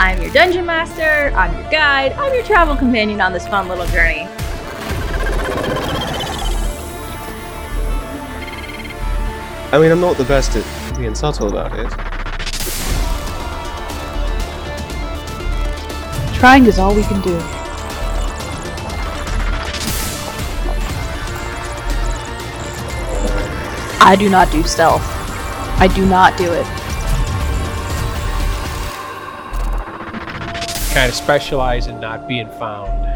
I'm your dungeon master, I'm your guide, I'm your travel companion on this fun little journey. I mean, I'm not the best at being subtle about it. Trying is all we can do. I do not do stealth. I do not do it. kind of specialize in not being found.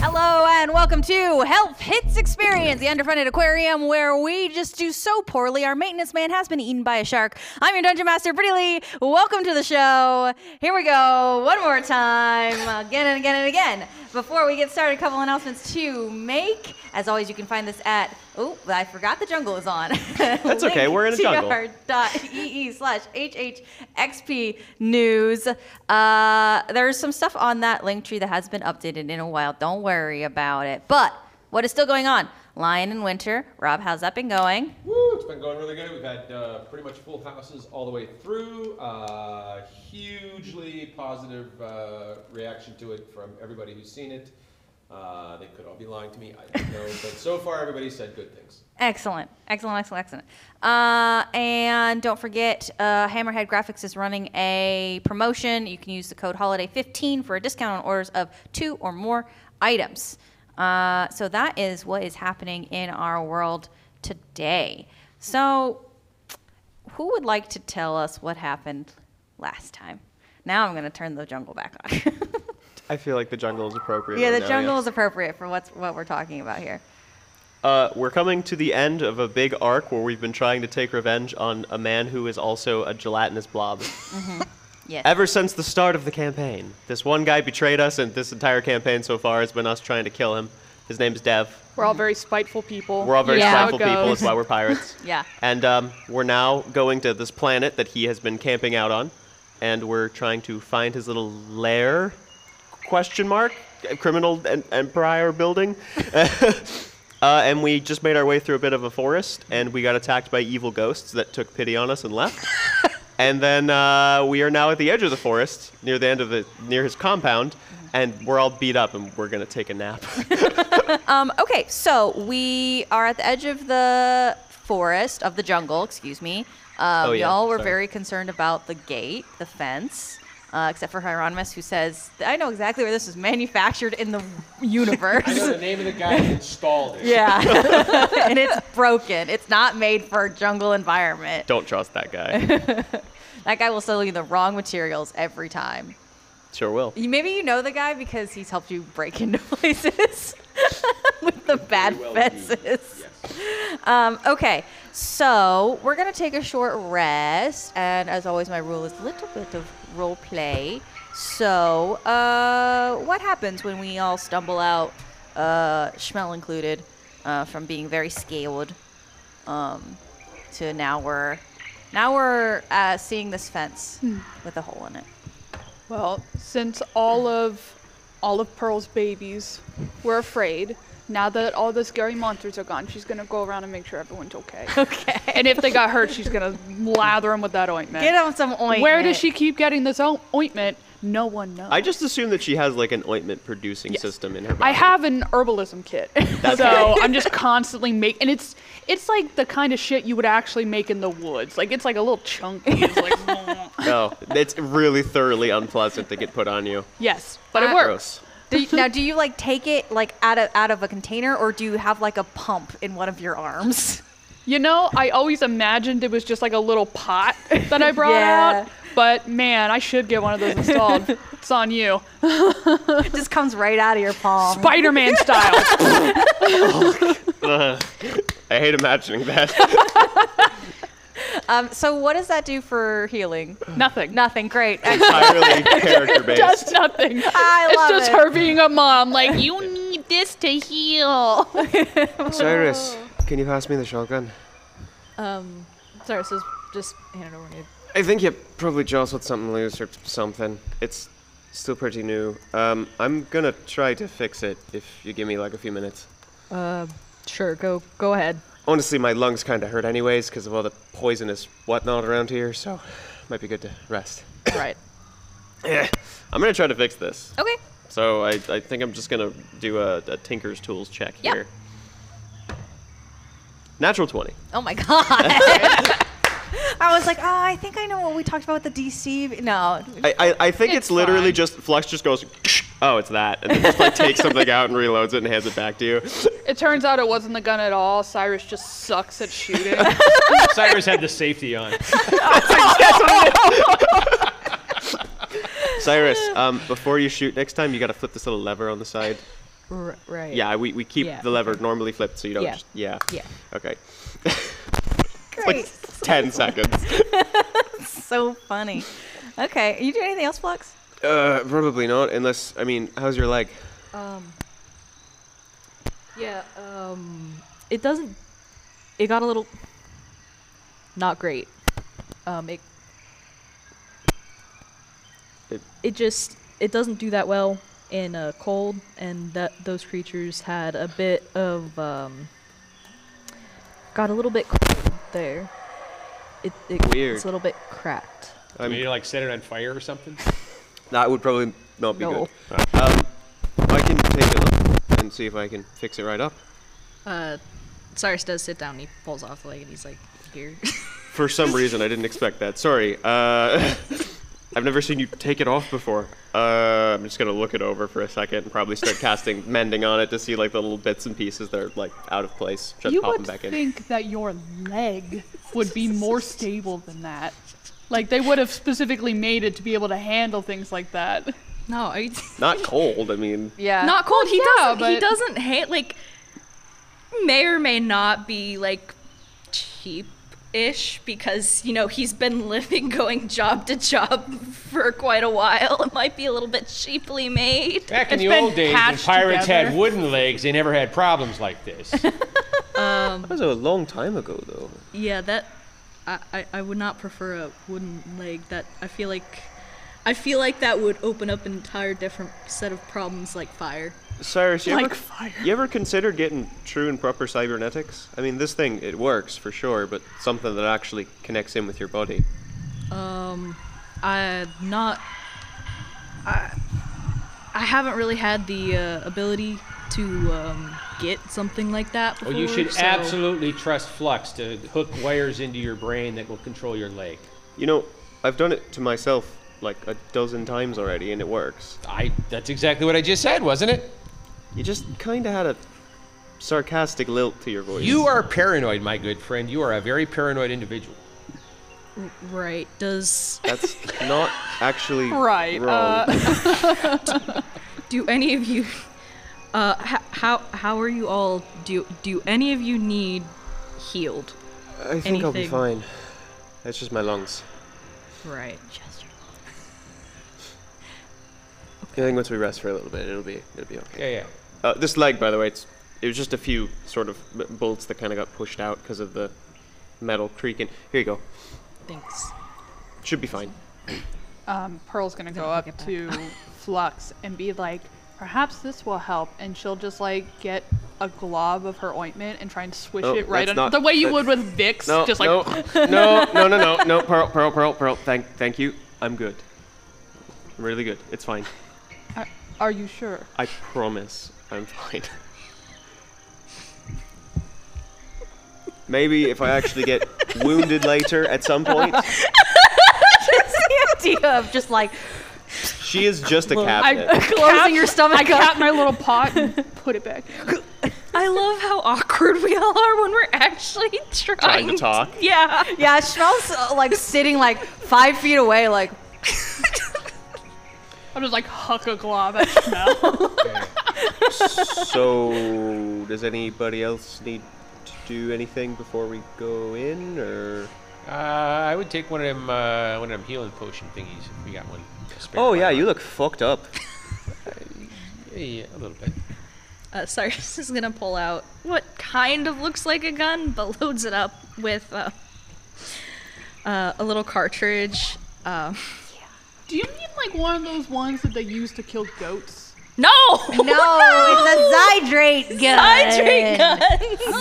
Hello and welcome to Health Hits Experience, the underfunded aquarium where we just do so poorly. Our maintenance man has been eaten by a shark. I'm your dungeon master, Pretty Lee. Welcome to the show. Here we go, one more time, again and again and again. Before we get started, a couple announcements to make. As always, you can find this at oh, I forgot the jungle is on. That's okay, we're in a jungle. tr.ee slash hhxp news. Uh, there's some stuff on that link tree that has been updated in a while. Don't worry about it. But what is still going on? Lion in Winter. Rob, how's that been going? Woo, it's been going really good. We've had uh, pretty much full houses all the way through. Uh, hugely positive uh, reaction to it from everybody who's seen it. Uh, they could all be lying to me. I don't know, but so far everybody said good things. Excellent, excellent, excellent, excellent. Uh, and don't forget, uh, Hammerhead Graphics is running a promotion. You can use the code HOLIDAY15 for a discount on orders of two or more items. Uh, so that is what is happening in our world today. So, who would like to tell us what happened last time? Now I'm going to turn the jungle back on. I feel like the jungle is appropriate. yeah, right the now, jungle is appropriate for what's what we're talking about here. Uh, we're coming to the end of a big arc where we've been trying to take revenge on a man who is also a gelatinous blob. Yes. Ever since the start of the campaign, this one guy betrayed us, and this entire campaign so far has been us trying to kill him. His name's Dev. We're all very spiteful people. We're all very That's how it spiteful people. goes. That's why we're pirates. Yeah. And um, we're now going to this planet that he has been camping out on, and we're trying to find his little lair? Question mark? Criminal en- empire building. uh, and we just made our way through a bit of a forest, and we got attacked by evil ghosts that took pity on us and left. and then uh, we are now at the edge of the forest, near the end of the near his compound, and we're all beat up, and we're gonna take a nap. Um, okay, so we are at the edge of the forest, of the jungle, excuse me. Um, Oh, yeah, Y'all were sorry. very concerned about the gate, the fence, uh, except for Hieronymus, who says, I know exactly where this was manufactured in the I know universe. the name of the guy that installed it. yeah. and it's broken. It's not made for a jungle environment. Don't trust that guy. That guy will sell you the wrong materials every time. Sure will. You- Maybe you know the guy because he's helped you break into places with the bad well indeed. fences. Um, okay, so we're gonna take a short rest, and as always, my rule is a little bit of role play. So, uh, what happens when we all stumble out, uh, Schmel included, uh, from being very scared um, to now we're now we're uh, seeing this fence with a hole in it. Well, since all of all of Pearl's babies were afraid, now that all the scary monsters are gone, she's gonna go around and make sure everyone's okay. Okay, and if they got hurt, she's gonna lather them with that ointment. get on some ointment. Where does she keep getting this o- ointment? No one knows. I just assume that she has like an ointment producing Yes. system in her body. I have an herbalism kit, so I'm just constantly making, and it's it's like the kind of shit you would actually make in the woods. Like it's like a little chunky. It's like, No, Oh, it's really thoroughly unpleasant to get put on you. yes, but it I- works. Do you, now, do you like take it like out of out of a container, or do you have like a pump in one of your arms? You know, I always imagined it was just like a little pot that I brought Yeah. out, but man, I should get one of those installed. it's on you, It just comes right out of your palm. Spider-Man style. I hate imagining that. Um, so, what does that do for healing? nothing. Nothing. Great. Excellent. Entirely character based. Just nothing. I it's love just it. her being a mom. Like you need this to heal. Cyrus, can you pass me the shotgun? Oh. Um, sorry, so just hand it over to me. I think you probably jostled something loose or something. It's still pretty new. Um, I'm gonna try to fix it if you give me like a few minutes. Uh, sure, go go ahead. Honestly, my lungs kind of hurt anyways because of all the poisonous whatnot around here, so might be good to rest. right. Eh, I'm gonna try to fix this. Okay. So I, I think I'm just gonna do a, a Tinker's Tools check Yep. here. Natural 20. Oh my god. I was like, oh, I think I know what we talked about with the DC. No. I, I, I think it's, It's literally fine. just Flux just goes, oh, it's that, and then just like takes something out and reloads it and hands it back to you. It turns out it wasn't the gun at all. Cyrus just sucks at shooting. Cyrus had the safety on. Cyrus, um, before you shoot next time, you gotta flip this little lever on the side. R- right. Yeah, we, we keep Yeah, the lever normally flipped so you don't. Yeah. Just, yeah. Yeah. Okay. It's like 10 seconds. So funny. Okay. You do anything else, Flux? Uh, probably not, unless, I mean, how's your leg? Um. Yeah. Um. It doesn't. It got a little. Not great. Um. It. It- It, just. It doesn't do that well in a cold, and that those creatures had a bit of. Um. Got a little bit cold there. It, it Weird. It's a little bit cracked. I mean, I'm- you like set it on fire or something. That would probably not be No. good. Um, I can take a look and see if I can fix it right up. Uh, Cyrus does sit down. and He pulls off the leg and he's like, "Here." For some reason, I didn't expect that. Sorry. Uh, I've never seen you take it off before. Uh, I'm just gonna look it over for a second and probably start casting mending on it to see like the little bits and pieces that are like out of place. Try to you pop would them back in. think that your leg would be more stable than that. Like they would have specifically made it to be able to handle things like that. no, I, Not cold. I mean, Yeah. not cold. He yeah, doesn't. He but- doesn't hate. Like, may or may not be like cheap. Ish because you know he's been living going job to job for quite a while. It might be a little bit cheaply made. Back in It's the been old days, when patched pirates together. had wooden legs, they never had problems like this. that was a long time ago though. Yeah, that I, I, I would not prefer a wooden leg. That I feel like I feel like that would open up an entire different set of problems like fire. Cyrus, you, ever, you ever considered getting true and proper cybernetics? I mean, this thing it works for sure, but something that actually connects in with your body. Um I not I I haven't really had the uh, ability to um, get something like that before. well, Oh, you should so- absolutely trust Flux to hook wires into your brain that will control your leg. You know, I've done it to myself like a dozen times already, and it works. I. That's exactly what I just said, wasn't it? You just kind of had a sarcastic lilt to your voice. You are paranoid, my good friend. You are a very paranoid individual. Right. Does That's not actually Right, Wrong. do any of you uh h- how how are you all do do any of you need healed? I think I'll be anything. fine. That's just my lungs. Right. I think once we rest for a little bit, it'll be it'll be okay. Yeah, yeah. Uh, this leg, by the way, it's it was just a few sort of b- bolts that kind of got pushed out because of the metal creaking. Here you go. Thanks. Should be fine. Um, Pearl's gonna go up to Flux and be like, perhaps this will help, and she'll just like get a glob of her ointment and try and swish No, it right that's on not- the way you that- would with Vicks, No, just like no, no, no, no, no, no. Pearl, pearl, pearl, pearl. Thank, thank you. I'm good. I'm really good. It's fine. Are, are you sure? I promise I'm fine. Maybe if I actually get wounded later at some point. the idea of just like She is just a cabinet. I closing your stomach I cap my little pot and put it back. I love how awkward we all are when we're actually trying, Trying to talk. Yeah. Yeah, Schmel's uh, like sitting like five feet away, like I'll just like huck a glob at smell. So, does anybody else need to do anything before we go in, or? Uh, I would take one of them, uh, one of them healing potion thingies if we got one. to spare Oh lying yeah, you around. look fucked up. Yeah, yeah, a little bit. Uh, Cyrus is gonna pull out what kind of looks like a gun, but loads it up with uh, uh, a little cartridge. Uh, Do you mean like one of those ones that they use to kill goats? no. no, it's a Zydrate gun. Hydrate gun.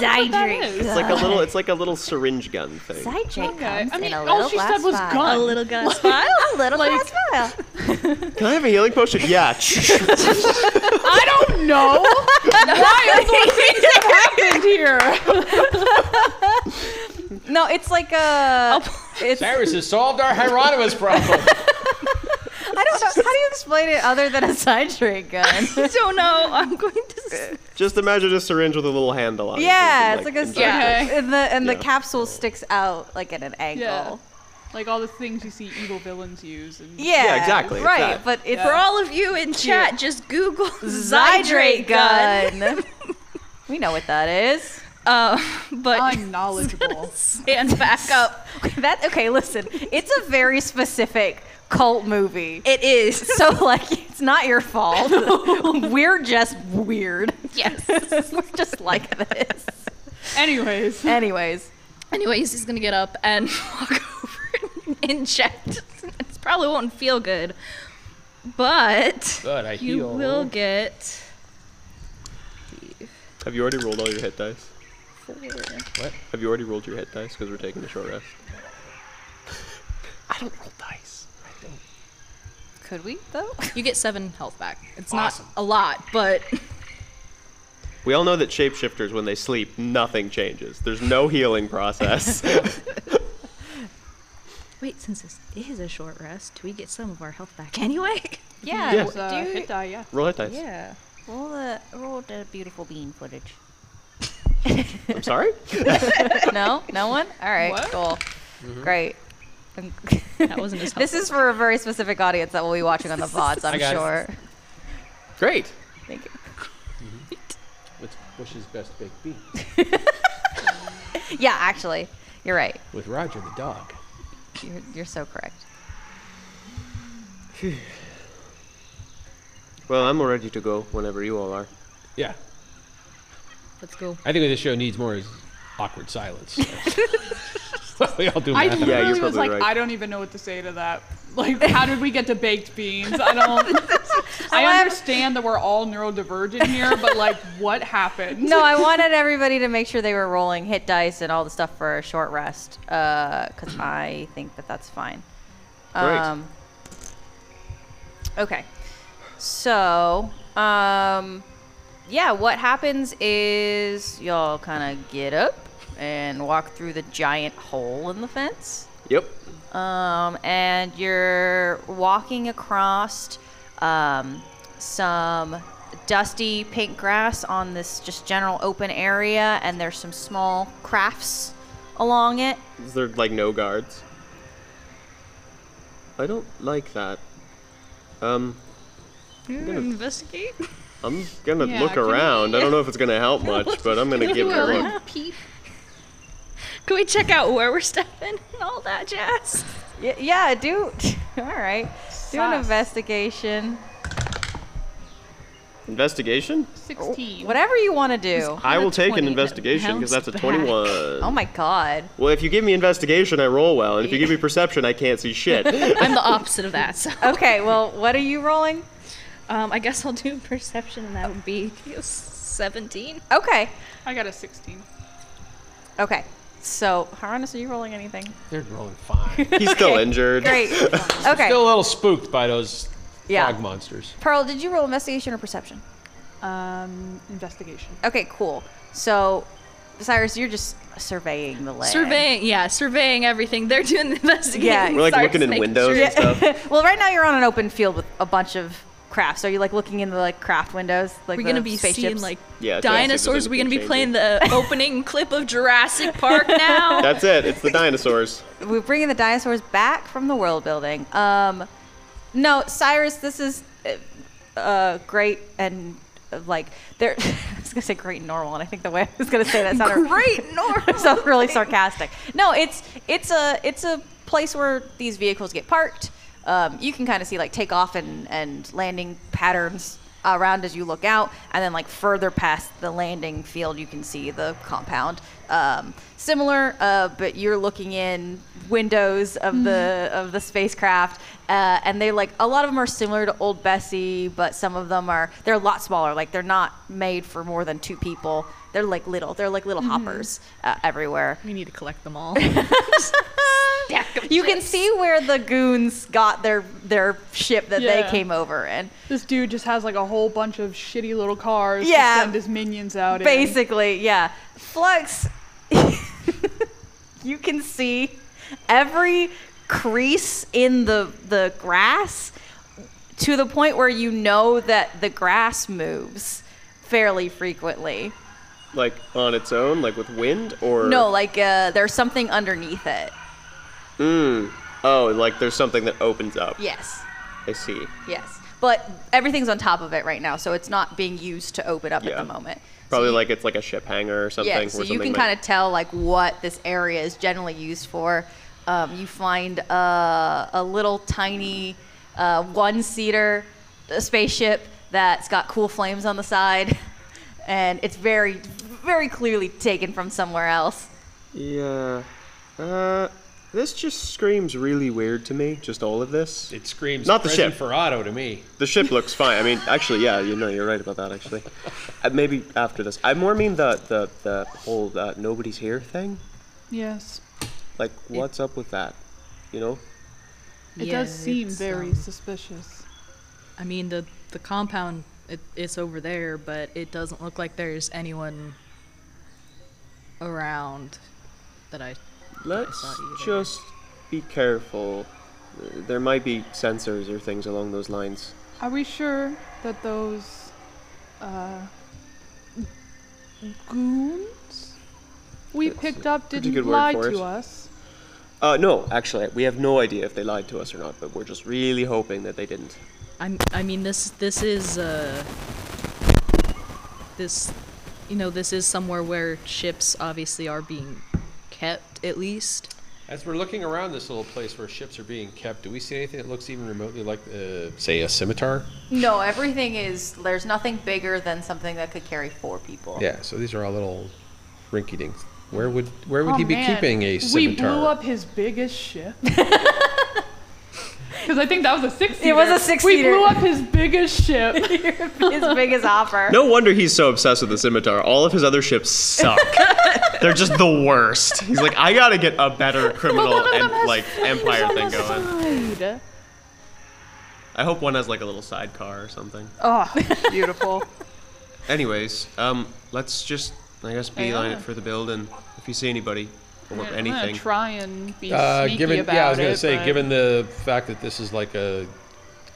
Zydrate. It's like a little, it's like a little syringe gun thing. Zydrate Okay, comes I mean, in a all little she glass said was vial. gun. A little gun smile. A little glass vial. Can I have a healing potion? Yeah. I don't know. Wild little things have happened here. No, it's like a. It's, I Cyrus has solved our Hieronymus problem. don't know. How do you explain it other than a side trait gun? so no, I'm going to. s- Just imagine a syringe with a little handle on it. yeah, You it's can, like a. inject it. Yeah. And the and Yeah. the capsule sticks out like at an angle. Yeah. Like all the things you see evil villains use. And Yeah, exactly, it's Right, that. but it's For all of you in chat, just Google Zydrate Zydrate gun. gun. we know what that is. Uh, but Unknowledgeable. stand back up. That okay? Listen, it's a very specific cult movie. It is. so like, it's not your fault. We're just weird. Yes. We're just like this. Anyways, Anyways, Anyways, he's gonna get up and walk over and inject. It probably won't feel good, but Good, I you heal. will get Have you already rolled all your hit dice? four. Have you already rolled your hit dice? Because we're taking a short rest. I don't roll dice. could we though? You get seven health back. It's not a lot, but We all know that shapeshifters, when they sleep, nothing changes. There's no healing process. Wait, since this is a short rest, do we get some of our health back anyway? Yeah. Yeah. uh, Do hit die, yeah. roll hit dice. yeah. roll the roll the beautiful bean footage. I'm sorry. No, no one. All right, cool, great. That wasn't as this is for a very specific audience that will be watching on the VODs, I I'm got it. sure. Great. Thank you. With Bush's best baked bean. Yeah, actually, you're right. With Roger the dog. You're, you're so correct. Well, I'm all ready to go whenever you all are. Yeah. Let's go. I think what this show needs more is awkward silence. we all do I math. literally Yeah, you're was probably like, right. I don't even know what to say to that. Like, how did we get to baked beans? I don't. I understand that we're all neurodivergent here, but like, what happened? No, I wanted everybody to make sure they were rolling hit dice and all the stuff for a short rest, because I think that that's fine. Great. Um, okay. So, um, yeah, what happens is y'all kind of get up and walk through the giant hole in the fence. Yep. um, and you're walking across um, some dusty pink grass on this just general open area, and there's some small crafts along it. Is there like no guards? I don't like that. Um, Investigate. I'm gonna Yeah, look can we- around. I don't know if it's gonna help much, but I'm gonna give it a look. Can we check out where we're stepping and all that jazz? Y- yeah, do. All right. Do an Sus. investigation. Investigation? 16. Whatever you want to do. I will take 20 an that investigation because that's bounced a back. 21. Oh my god. Well, if you give me investigation, I roll well, and if you give me perception, I can't see shit. I'm the opposite of that, so Okay, well, what are you rolling? um, I guess I'll do perception, and that would be seventeen. Okay. I got a 16. Okay. So, Haranis, are you rolling anything? They're rolling fine. He's still injured. Great. Okay. Still a little spooked by those Yeah. fog monsters. Pearl, did you roll investigation or perception? Um, investigation. Okay, cool. So, Cyrus, you're just surveying the land. Surveying, yeah, surveying everything. They're doing the investigation. Yeah. We're like Sorry, looking just in making windows sure. and stuff. well, right now you're on an open field with a bunch of crafts. Are you like looking in the like craft windows? Like We're the gonna be spaceships? seeing like Yeah, trying to see if there's dinosaurs. We're gonna be anything playing the opening clip of Jurassic Park now. That's it. It's the dinosaurs. we're bringing the dinosaurs back from the world building. Um, no, Cyrus, this is uh, uh, great and uh, like there. I was gonna say great and normal, and I think the way I was gonna say that sounded Great north. so really sarcastic. No, it's it's a it's a place where these vehicles get parked. Um, you can kind of see like takeoff and and landing patterns around as you look out, and then like further past the landing field, you can see the compound. Um, similar, uh, but you're looking in windows of the of the spacecraft, uh, and they like a lot of them are similar to Old Bessie, but some of them are they're a lot smaller. Like they're not made for more than two people. They're like little. They're like little hoppers uh, everywhere. We need to collect them all. you can can see where the goons got their their ship that Yeah. they came over in. This dude just has like a whole bunch of shitty little cars Yeah. to send his minions out in. Basically, yeah. Flux, you can see every crease in the the grass to the point where you know that the grass moves fairly frequently. Like on its own, like with wind, or No, like uh, there's something underneath it. Mm. Oh, like there's something that opens up. Yes, I see. yes. But everything's on top of it right now, so it's not being used to open up Yeah. at the moment. Probably so you- like it's like a ship hanger or something. Yeah, so where you something can might- kind of tell like what this area is generally used for. Um, you find uh, a little tiny uh, one-seater uh, spaceship that's got cool flames on the side, and it's very, very clearly taken from somewhere else. Yeah. Uh, this just screams really weird to me. Just all of this. It screams Not the Prison ship. Ferrado to me. The ship looks fine. I mean, actually, yeah, you know, you're right about that. Actually, uh, maybe after this, I more mean the the the whole uh, nobody's here thing. Yes. Like, what's up with that? You know? It Yeah, does seem it's, very um, suspicious. I mean, the the compound it, it's over there, but it doesn't look like there's anyone around that I. Let's either. just be careful. Uh, There might be sensors or things along those lines. Are we sure that those uh, goons we That's picked a up pretty didn't good word lie for to it. us? Uh, no, actually, we have no idea if they lied to us or not, but we're just really hoping that they didn't. I I mean this this is uh this you know this is somewhere where ships obviously are being kept at least. As we're looking around this little place where ships are being kept, do we see anything that looks even remotely like, uh, say, a scimitar? No, everything is. There's nothing bigger than something that could carry four people. Yeah. So these are all little rinky dinks. Where would where would Oh, he be man. keeping a We scimitar? blew up his biggest ship. Because I think that was a six. It was a six-seater. We blew up his biggest ship. His biggest offer. No wonder he's so obsessed with the scimitar. All of his other ships suck. They're just the worst. He's like, I gotta get a better criminal and like empire thing going. Dude. I hope one has like a little sidecar or something. Oh, beautiful. Anyways, um, let's just I guess beeline yeah. it for the building. If you see anybody or I'm gonna anything, try and be Uh, sneaky given, about yeah, I was gonna it, say, but- given the fact that this is like a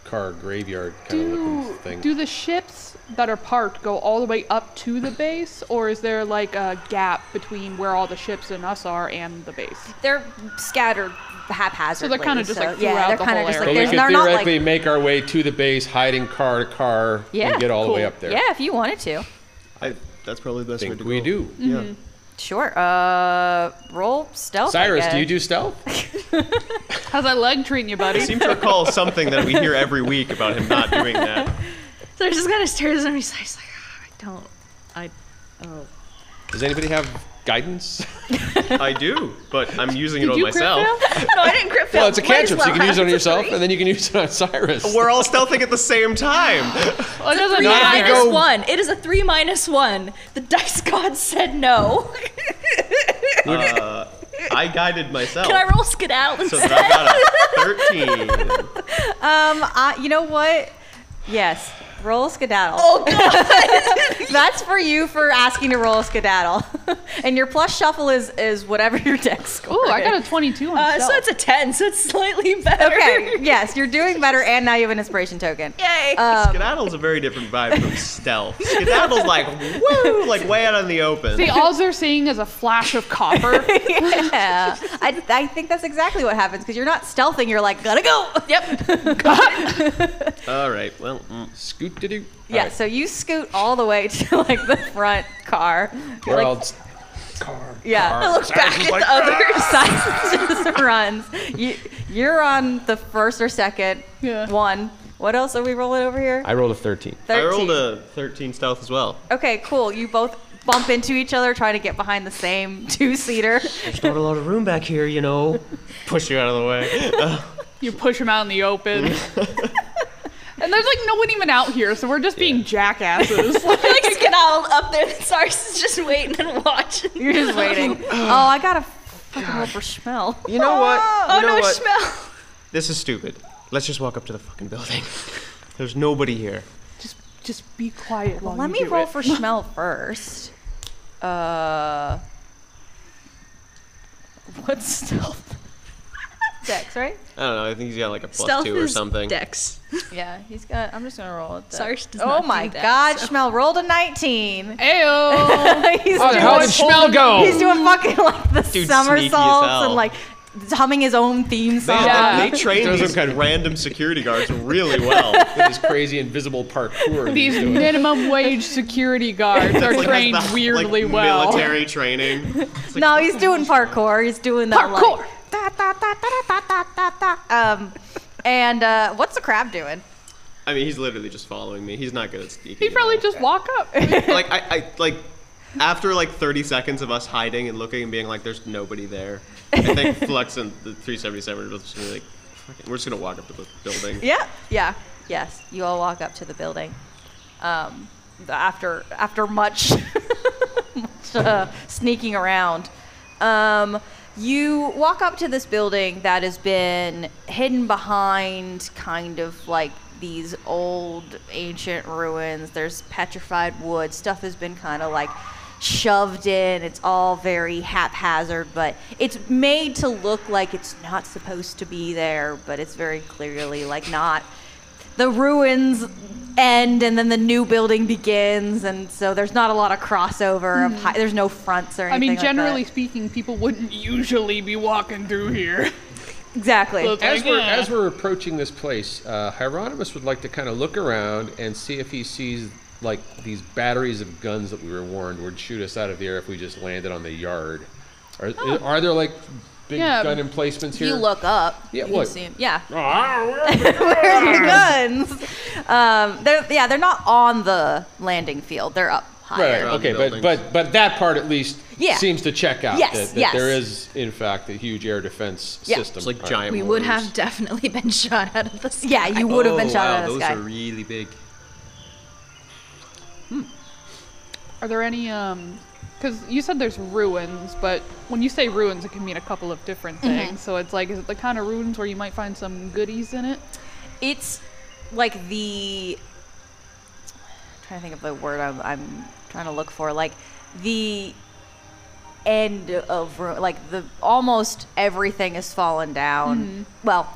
car graveyard kind of looking Do, thing, do the ships that are parked go all the way up to the base, or is there like a gap between where all the ships and us are and the base? They're scattered haphazardly. kinda just, like, yeah, throughout they're the kinda whole just so like area. we there's could they're not theoretically like make our way to the base, hiding car to car, Yeah, and get all the way cool. up there. yeah, if you wanted to. I, that's probably the I best way think to we go. do. Yeah. Mm-hmm. Sure. Uh, roll stealth. I Cyrus, do you guess. do stealth? How's that leg treating you, I buddy? seem to recall something that we hear every week about him not doing that. So I just kind of stares at him. He's like, he's like, "Ah, I don't. I. Oh. Does anybody have guidance? I do, but I'm using it Did on you myself. No, I didn't grip well, it. it's a Might as cantrip, so you well can use it on have. It's a yourself, three. and then you can use it on Cyrus. We're all stealthing at the same time. Well, it doesn't Three Not if you matter. minus go- one. It is a three minus one. The dice god said no. Uh, I guided myself. Can I roll skedaddle So instead? that I got a 13. Um, I, you know what? Yes, roll a skedaddle. Oh, God. That's for you for asking to roll a skedaddle. and your plus shuffle is is whatever your deck score. Ooh, I got is. a 22 on Uh, so stealth. it's a 10, so it's slightly better. Okay. Yes, you're doing better, and now you have an inspiration token. Yay. Um, Skedaddle's a very different vibe from stealth. Skedaddle's like, woo, like way out in the open. See, all they're seeing is a flash of copper. yeah. I, I think that's exactly what happens because you're not stealthing. You're like, gotta go. Yep. all right, well, mm, Scoot to do. Yeah. So you scoot all the way to like the front car. You're We're like, all just- car. Yeah. car. I look Cyrus back is at like, the others. Cyrus just runs. You, you're on the first or second Yeah. one. What else are we rolling over here? I rolled a 13. I rolled a 13 stealth as well. Okay, cool. You both bump into each other trying to get behind the same two-seater. There's not a lot of room back here, you know. Push you out of the way. Uh, you push them out in the open. and there's like no one even out here, so we're just being jackasses. like skedaddled up there. Cyrus is just waiting and watching. You're just waiting. Oh, I got a Fucking Rupert Schmel. You know what? You Oh know no, what? Schmel. This is stupid. Let's just walk up to the fucking building. There's nobody here. Just, just be quiet while Let Oh, you me do roll it. for Schmel first. Uh, what's stealth? Dex, right? I don't know. I think he's got like a plus Stealth two or is something. Dex. Yeah, he's got. I'm just gonna roll it. Sarge does Oh not do my that, God, so- Schmel rolled a 19. Ayo! he's Oh, doing how did Schmel go? He's doing fucking like the Dude's sneaky as somersaults hell. and like humming his own theme They, song. Yeah. they train Those are these kind of- random security guards really well. with his crazy invisible parkour. These He's doing. minimum wage security guards are It's like trained the, like, weirdly well. Military training. It's like, No, he's doing parkour. He's doing that like, Parkour. da, da, da, da, da, da, da, da. Um, and uh, what's the crab doing? I mean, he's literally just following me. He's not good at sneaking. He'd at probably all. just walk up. like I, I like after like 30 seconds of us hiding and looking and being like, "There's nobody there." I think Flux and the 377 are just gonna be like, Fuck it. "We're just gonna walk up to the building." Yeah, yeah, yes. You all walk up to the building. Um, the- after after much, much uh, sneaking around, um, you walk up to this building that has been hidden behind kind of like these old ancient ruins. There's petrified wood. Stuff has been kind of like shoved in. It's all very haphazard, but it's made to look like it's not supposed to be there, but it's very clearly like not. The ruins end and then the new building begins, and so there's not a lot of crossover. Of hi- there's no fronts or Hmm. I anything. mean, like that. generally speaking, people wouldn't usually be walking through here. exactly. Look, As we're, Yeah. as we're approaching this place, uh, Hieronymus would like to kind of look around and see if he sees like these batteries of guns that we were warned would shoot us out of the air if we just landed on the yard. Are, are there like big Yeah. gun emplacements here? Oh. you look up. Yeah, you can what? see 'em. Yeah. Ah, where- Where's the guns? Um, they're yeah, they're not on the landing field. They're up higher. Right. right, Around Okay. the But buildings. but but that part at least Yeah. seems to check out. Yes, That, that yes. There is in fact a huge air defense Yeah. system. It's like All right. giant. We would mortars. have definitely been shot out of the sky. Yeah, you would have been Oh, shot wow, out of the those sky. are really big. Are there any um? Because you said there's ruins, but when you say ruins, it can mean a couple of different things. So it's like, is it the kind of ruins where you might find some goodies in it? it's like the I'm trying to think of the word I'm, I'm trying to look for like the end of ru- like the almost everything has fallen down Mm-hmm. well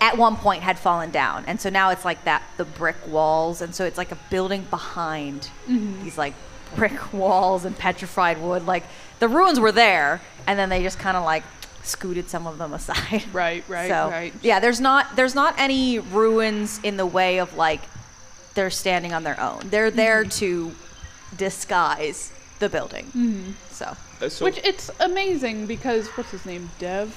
at one point had fallen down and so now it's like that the brick walls and so it's like a building behind Mm-hmm. these like brick walls and petrified wood like the ruins were there and then they just kind of like scooted some of them aside Right, right, so, right. Yeah, there's not there's not any ruins in the way of like they're standing on their own. They're Mm-hmm. there to disguise the building. Mm-hmm. So Uh, so Which it's amazing because what's his name, Dev?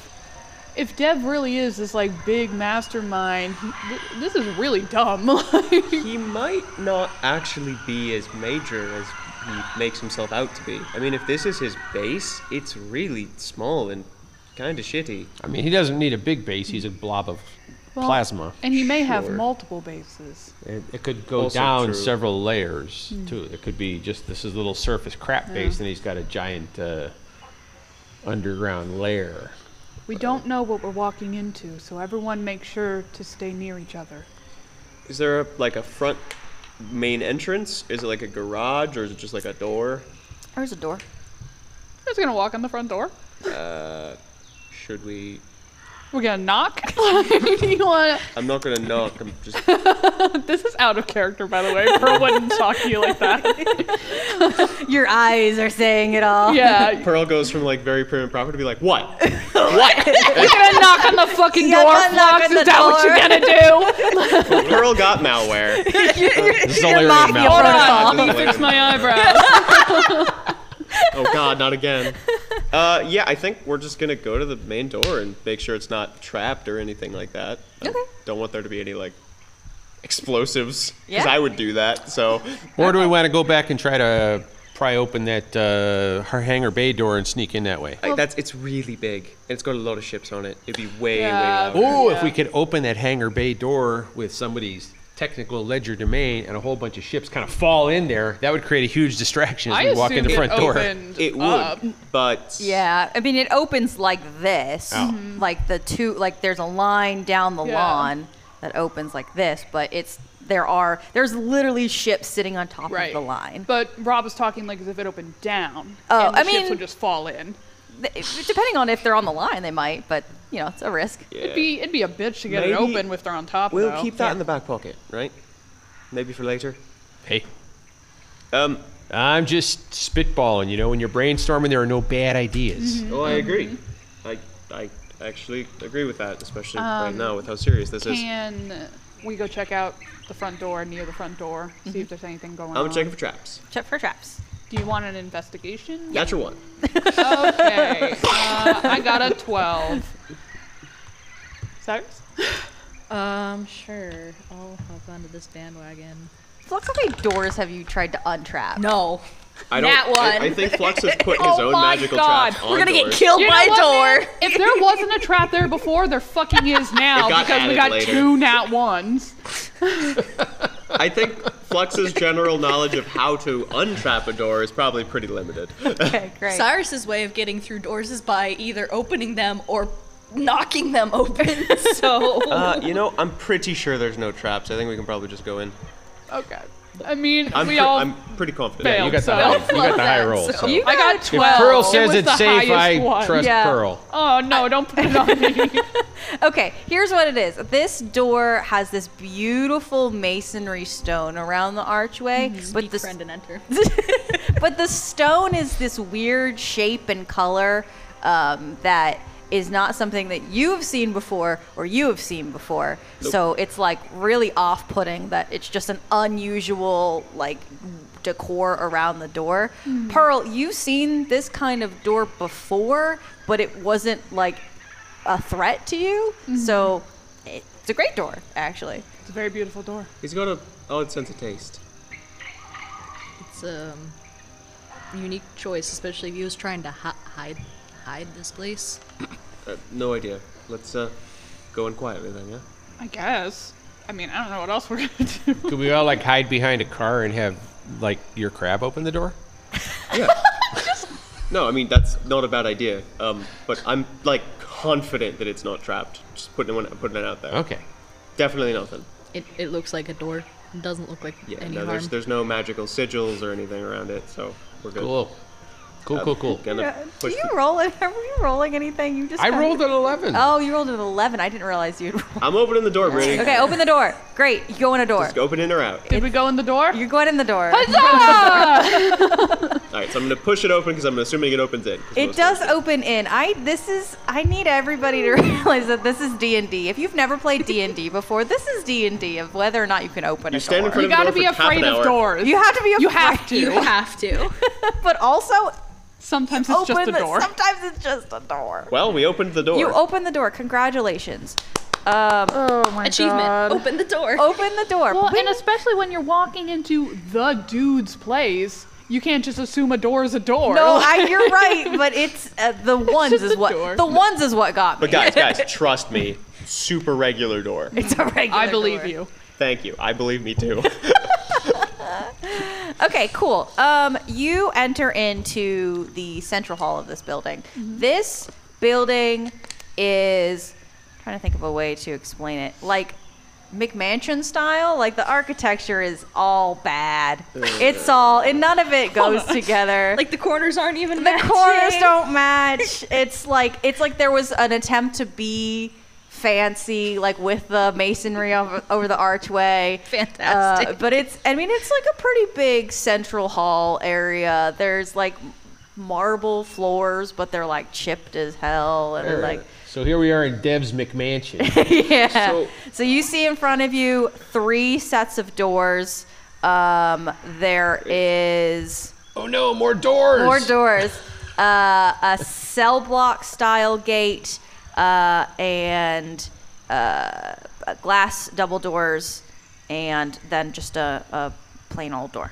If Dev really is this like big mastermind, he, th- this is really dumb. Like, he might not actually be as major as he makes himself out to be. I mean, if this is his base, it's really small and kind of shitty. I mean, he doesn't need a big base. He's a blob of plasma. and he may have Sure. multiple bases. It, it could go Also down true. several layers Hmm. too. It could be just this is little surface crap base, and he's got a giant uh, underground layer. We don't know what we're walking into, so everyone make sure to stay near each other. Is there a, like a front main entrance? Is it like a garage or is it just like a door? there's a door. We're just gonna walk in the front door. Should we? We're gonna knock. you wanna- I'm not gonna knock. I'm just. This is out of character, by the way. Pearl wouldn't talk to you like that. Your eyes are saying it all. Yeah, Pearl goes from like very prim and proper to be like, what? you're gonna knock on the fucking Yeah, I'm door. gonna knock Fox, on the is that what you're door. gonna do? Pearl got malware. This is all layer of mafia malware. Hold on, Let me wait. fix my eyebrows. Oh God, not again. Uh, yeah, I think we're just gonna go to the main door and make sure it's not trapped or anything like that. I Okay. don't want there to be any like explosives Yeah. because I would do that. So Or do we want to go back and try to pry open that uh, her hangar bay door and sneak in that way? like, that's it's really big and it's got a lot of ships on it. It'd be way Yeah. way. Louder. Oh, if we could open that hangar bay door with somebody's technical ledger domain and a whole bunch of ships kind of fall in there, that would create a huge distraction as I we walk in assumed the it front door. opened It would, up. but Yeah, I mean it opens like this, Mm-hmm. Oh. like the two, like there's a line down the Yeah. lawn that opens like this, but it's there are there's literally ships sitting on top Right. of the line. But Rob was talking like as if it opened down. Oh, and the I ships mean- would just fall in. Th- Depending on if they're on the line, they might, but you know it's a risk. It'd be it'd be a bitch to get it Maybe open if they're on top. we'll though. keep that in the back pocket, right? Maybe for later. Hey, Um, I'm just spitballing. You know, when you're brainstorming, there are no bad ideas. Oh, I agree. Mm-hmm. I, I actually agree with that, especially right Um, now with how serious this is. Can we go check out the front door near the front door? See if there's anything going I'm on. gonna check for traps. Check for traps. Do you want an investigation? Natural one. okay. Uh, I got a twelve. Cyrus? Um, sure. I'll hop onto this bandwagon. Flux, how many doors have you tried to untrap? No. I Nat I- one. I, think Flux has put his Oh own my magical God, traps on we're gonna get doors. killed You know by what, man? a door. If there wasn't a trap there before, there fucking is now It got because added we got later. two nat ones. I think Flux's general knowledge of how to untrap a door is probably pretty limited. Okay, great. Cyrus's way of getting through doors is by either opening them or knocking them open. so Uh, you know, I'm pretty sure there's no traps. I think we can probably just go in. Okay. I mean, I'm, we pre- all. I'm pretty confident. failed. You got the So- high, you got the high roll. so. You I got If twelve. Pearl It says was it's the safe, highest I one. trust Yeah. Pearl. Oh no! Don't put it on me. Okay, here's what it is. This door has this beautiful masonry stone around the archway, but the friend and enter. but the stone is this weird shape and color um, that is not something that you have seen before or you have seen before. So it's like really off-putting that it's just an unusual like decor around the door. Pearl, you've seen this kind of door before, but it wasn't like a threat to you. So it's a great door, actually. it's a very beautiful door. He's got a odd sense of taste. It's um, unique choice, especially if he was trying to hi- hide hide this place. Uh, no idea. Let's uh, go in quietly then, yeah? I guess. I mean, I don't know what else we're gonna do. Could we all like hide behind a car and have like your crab open the door? No, I mean that's not a bad idea. Um, but I'm like confident that it's not trapped. Just putting one, putting it out there. Okay. Definitely nothing. It it looks like a door. It doesn't look like Yeah. any no, harm. there's there's no magical sigils or anything around it, so we're good. Cool. Cool, cool, cool. Gonna Do push you the- roll it? Are you rolling anything? You just I kinda- rolled an 11. Oh, you rolled an 11. I didn't realize you'd rolled. I'm opening the door, Brittany. Okay, open the door. Great. You go in a door. Just open in or out. Did we go in the door? You're going in the door. All right, so I'm gonna push it open because I'm assuming it opens in. 'cause It most does doors do. open in. I this is I need everybody to realize that this is D&D. If you've never played D&D before, this is D&D of whether or not you can open You a stand in door. front You of the gotta door be for half an afraid of hour. doors. you have to be afraid. You have to. you have to. But also Sometimes it's open just a the- door. Sometimes it's just a door. Well, we opened the door. You open the door. Congratulations. Um, Oh my Achievement. Open the door. open the door. Well, and especially when you're walking into the dude's place, you can't just assume a door is a door. no, Like- I, you're right, but it's uh, the ones just is a what door. the ones is what got me. but guys, guys, trust me. Super regular door. It's a regular. I believe door. you. Thank you. I believe me too. Okay, cool. Um, you enter into the central hall of this building. This building is I'm trying to think of a way to explain it, like McMansion style. Like the architecture is all bad. It's all and none of it goes together. Like the corners aren't even the matching. corners don't match. It's like it's like there was an attempt to be fancy, like with the masonry over, over the archway. Fantastic. Uh, but it's I mean it's like a pretty big central hall area. There's like marble floors, but they're like chipped as hell and like so here we are in Deb's McMansion. yeah. So, So- you see in front of you three sets of doors. Um, there is. oh no, more doors. More doors. Uh, a cell block style gate uh, and uh, a glass double doors, and then just a, a plain old door.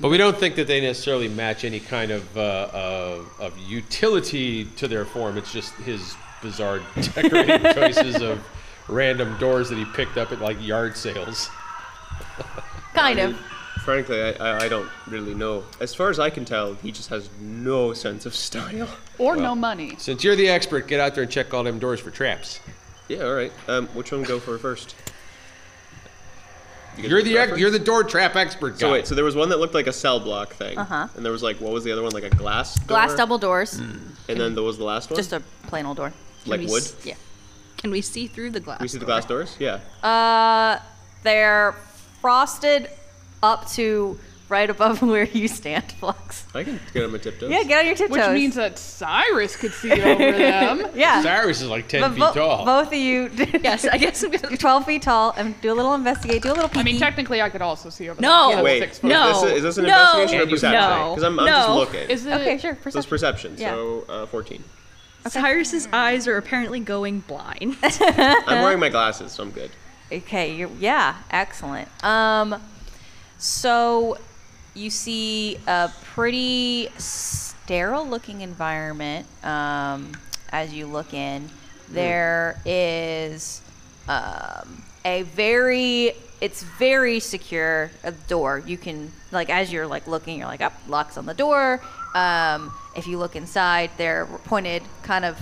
But we don't think that they necessarily match any kind of uh, uh, of utility to their form. It's just his bizarre decorating choices of random doors that he picked up at like yard sales. Kind of. Frankly, I, I, I don't really know. As far as I can tell, he just has no sense of style. Or no money. Since you're the expert, get out there and check all them doors for traps. Yeah, all right. Um, which one go for first? You get You're the ex- preference? you're the door trap expert guy. So wait, so there was one that looked like a cell block thing, uh-huh. and there was like what was the other one? Like a glass. Door? Glass double doors. And then there was the last one, Just a plain old door. like Can we wood. s- Yeah. Can we see through the glass? We see the glass doors. Yeah. Uh, they're frosted up to right above where you stand, Flux. I can get him a tiptoe. Yeah, get on your tiptoes. Which means that Cyrus could see over them. yeah. Cyrus is like ten But feet bo- tall. Both of you. Yes, I guess I'm You're gonna. 12 feet tall and do a little investigate, do a little peeking. I mean, technically, I could also see over No. them. Yeah, Wait. six foot. no. Is this, is this an no, investigation or no, perception? no, Because I'm, I'm just no. looking. Is it? Okay, sure. so it's Perception. perception. Yeah. So uh, 14. Cyrus's eyes are apparently going blind. I'm wearing my glasses, so I'm good. Okay, you're, yeah, excellent. Um, so you see a pretty sterile looking environment um, as you look in. There is um, a very it's very secure a door. You can like as you're like looking, you're like up locks on the door. Um, if you look inside, they're pointed kind of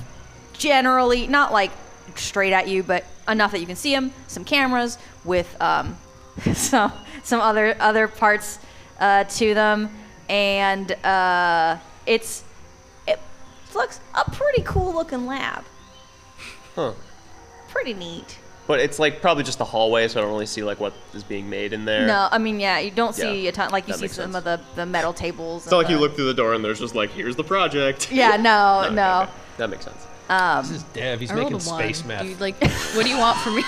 generally not like straight at you, but enough that you can see them. Some cameras with um, some some other other parts uh, to them, and uh, it's it looks a pretty cool looking lab. Huh. Pretty neat. But it's like probably just the hallway, so I don't really see like what is being made in there. No, I mean yeah, you don't see Yeah, a ton. Like you that see makes some sense. of the the metal tables. It's not like you look through the door and there's just like, here's the project. Yeah, no, Okay, no. okay. That makes sense. this is Dev. He's I rolled making a one. space math. You, like, what do you want from me?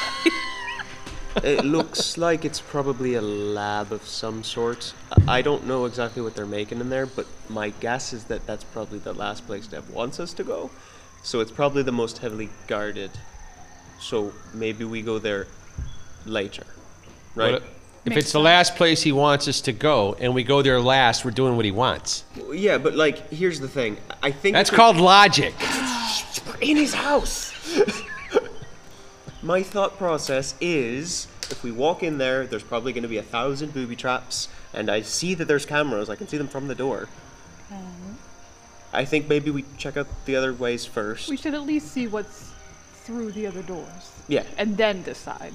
it looks like it's probably a lab of some sort. I don't know exactly what they're making in there, but my guess is that that's probably the last place Dev wants us to go. So it's probably the most heavily guarded. So maybe we go there later, What- right? If it's the last place he wants us to go, and we go there last, we're doing what he wants. yeah, but like, here's the thing. I think That's it's a- called logic. in his house. My thought process is if we walk in there, there's probably going to be a thousand booby traps, and I see that there's cameras. I can see them from the door. Mm-hmm. I think maybe we check out the other ways first. We should at least see what's through the other doors. Yeah, And then decide.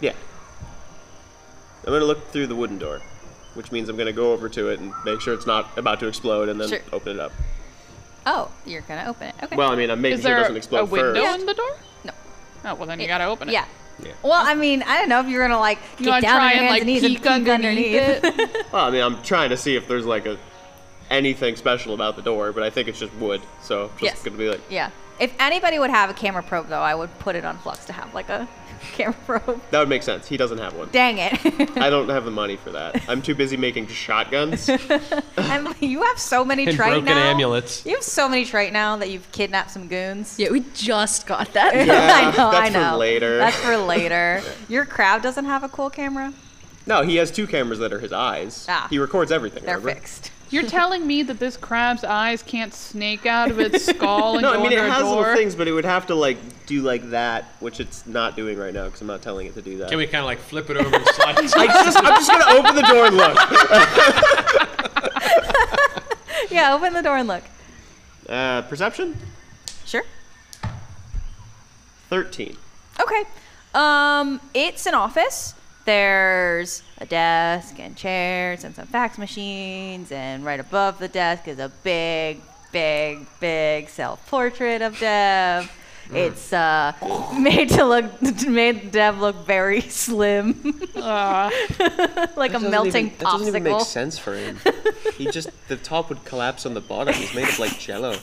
yeah. I'm going to look through the wooden door, which means I'm going to go over to it and make sure it's not about to explode and then Sure. open it up. Oh, you're gonna open it. Okay. Well, I mean, I'm making Is sure it there doesn't a explode window first. in the door? No. Oh, well, then you gotta open it. yeah. Yeah. Well, I mean, I don't know if you're gonna like You get wanna down on try your and hands like and knees peek and peek underneath, underneath. it? Well, I mean, I'm trying to see if there's like a anything special about the door, but I think it's just wood, so I'm just Yes. gonna be like, Yeah. If anybody would have a camera probe, though, I would put it on Flux to have like a camera probe. that would make sense. He doesn't have one. Dang it! I don't have the money for that. I'm too busy making shotguns. Emily, you have so many And trite broken now. amulets. You have so many trite now that you've kidnapped some goons. yeah, we just got that. Yeah, I know. that's I for know. later. That's for later. Your crowd doesn't have a cool camera. no, he has two cameras that are his eyes. Ah. he records everything. They're remember? fixed. You're telling me that this crab's eyes can't snake out of its skull and No, go I mean it under has a door? little things, but it would have to like do like that, which it's not doing right now because I'm not telling it to do that. Can we kind of like flip it over and slide? it? I just, I'm just gonna open the door and look. Yeah, open the door and look. Uh, perception, Sure. thirteen. Okay. Um, it's an office. There's a desk and chairs and some fax machines, and right above the desk is a big, big, big self-portrait of Dev. Mm. It's uh, made to look made Dev look very slim, Uh, like a melting That Ah. doesn't even make popsicle. sense for him. he just the top would collapse on the bottom. He's made of like jello.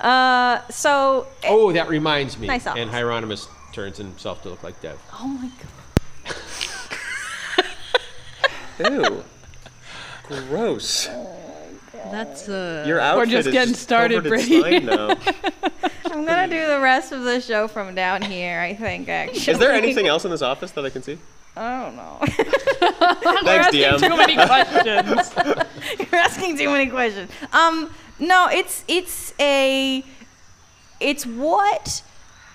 Uh, so oh, that reminds me. Nice and office. Hieronymus turns himself to look like Dev. oh my god, Ew. Gross. That's uh, Your outfit just is getting just started, covered in Brady. slime now. I'm gonna do the rest of the show from down here. I think actually. Is there anything else in this office that I can see? I don't know. Thanks, DM. many questions. You're asking too many questions. Um, no, it's it's a it's what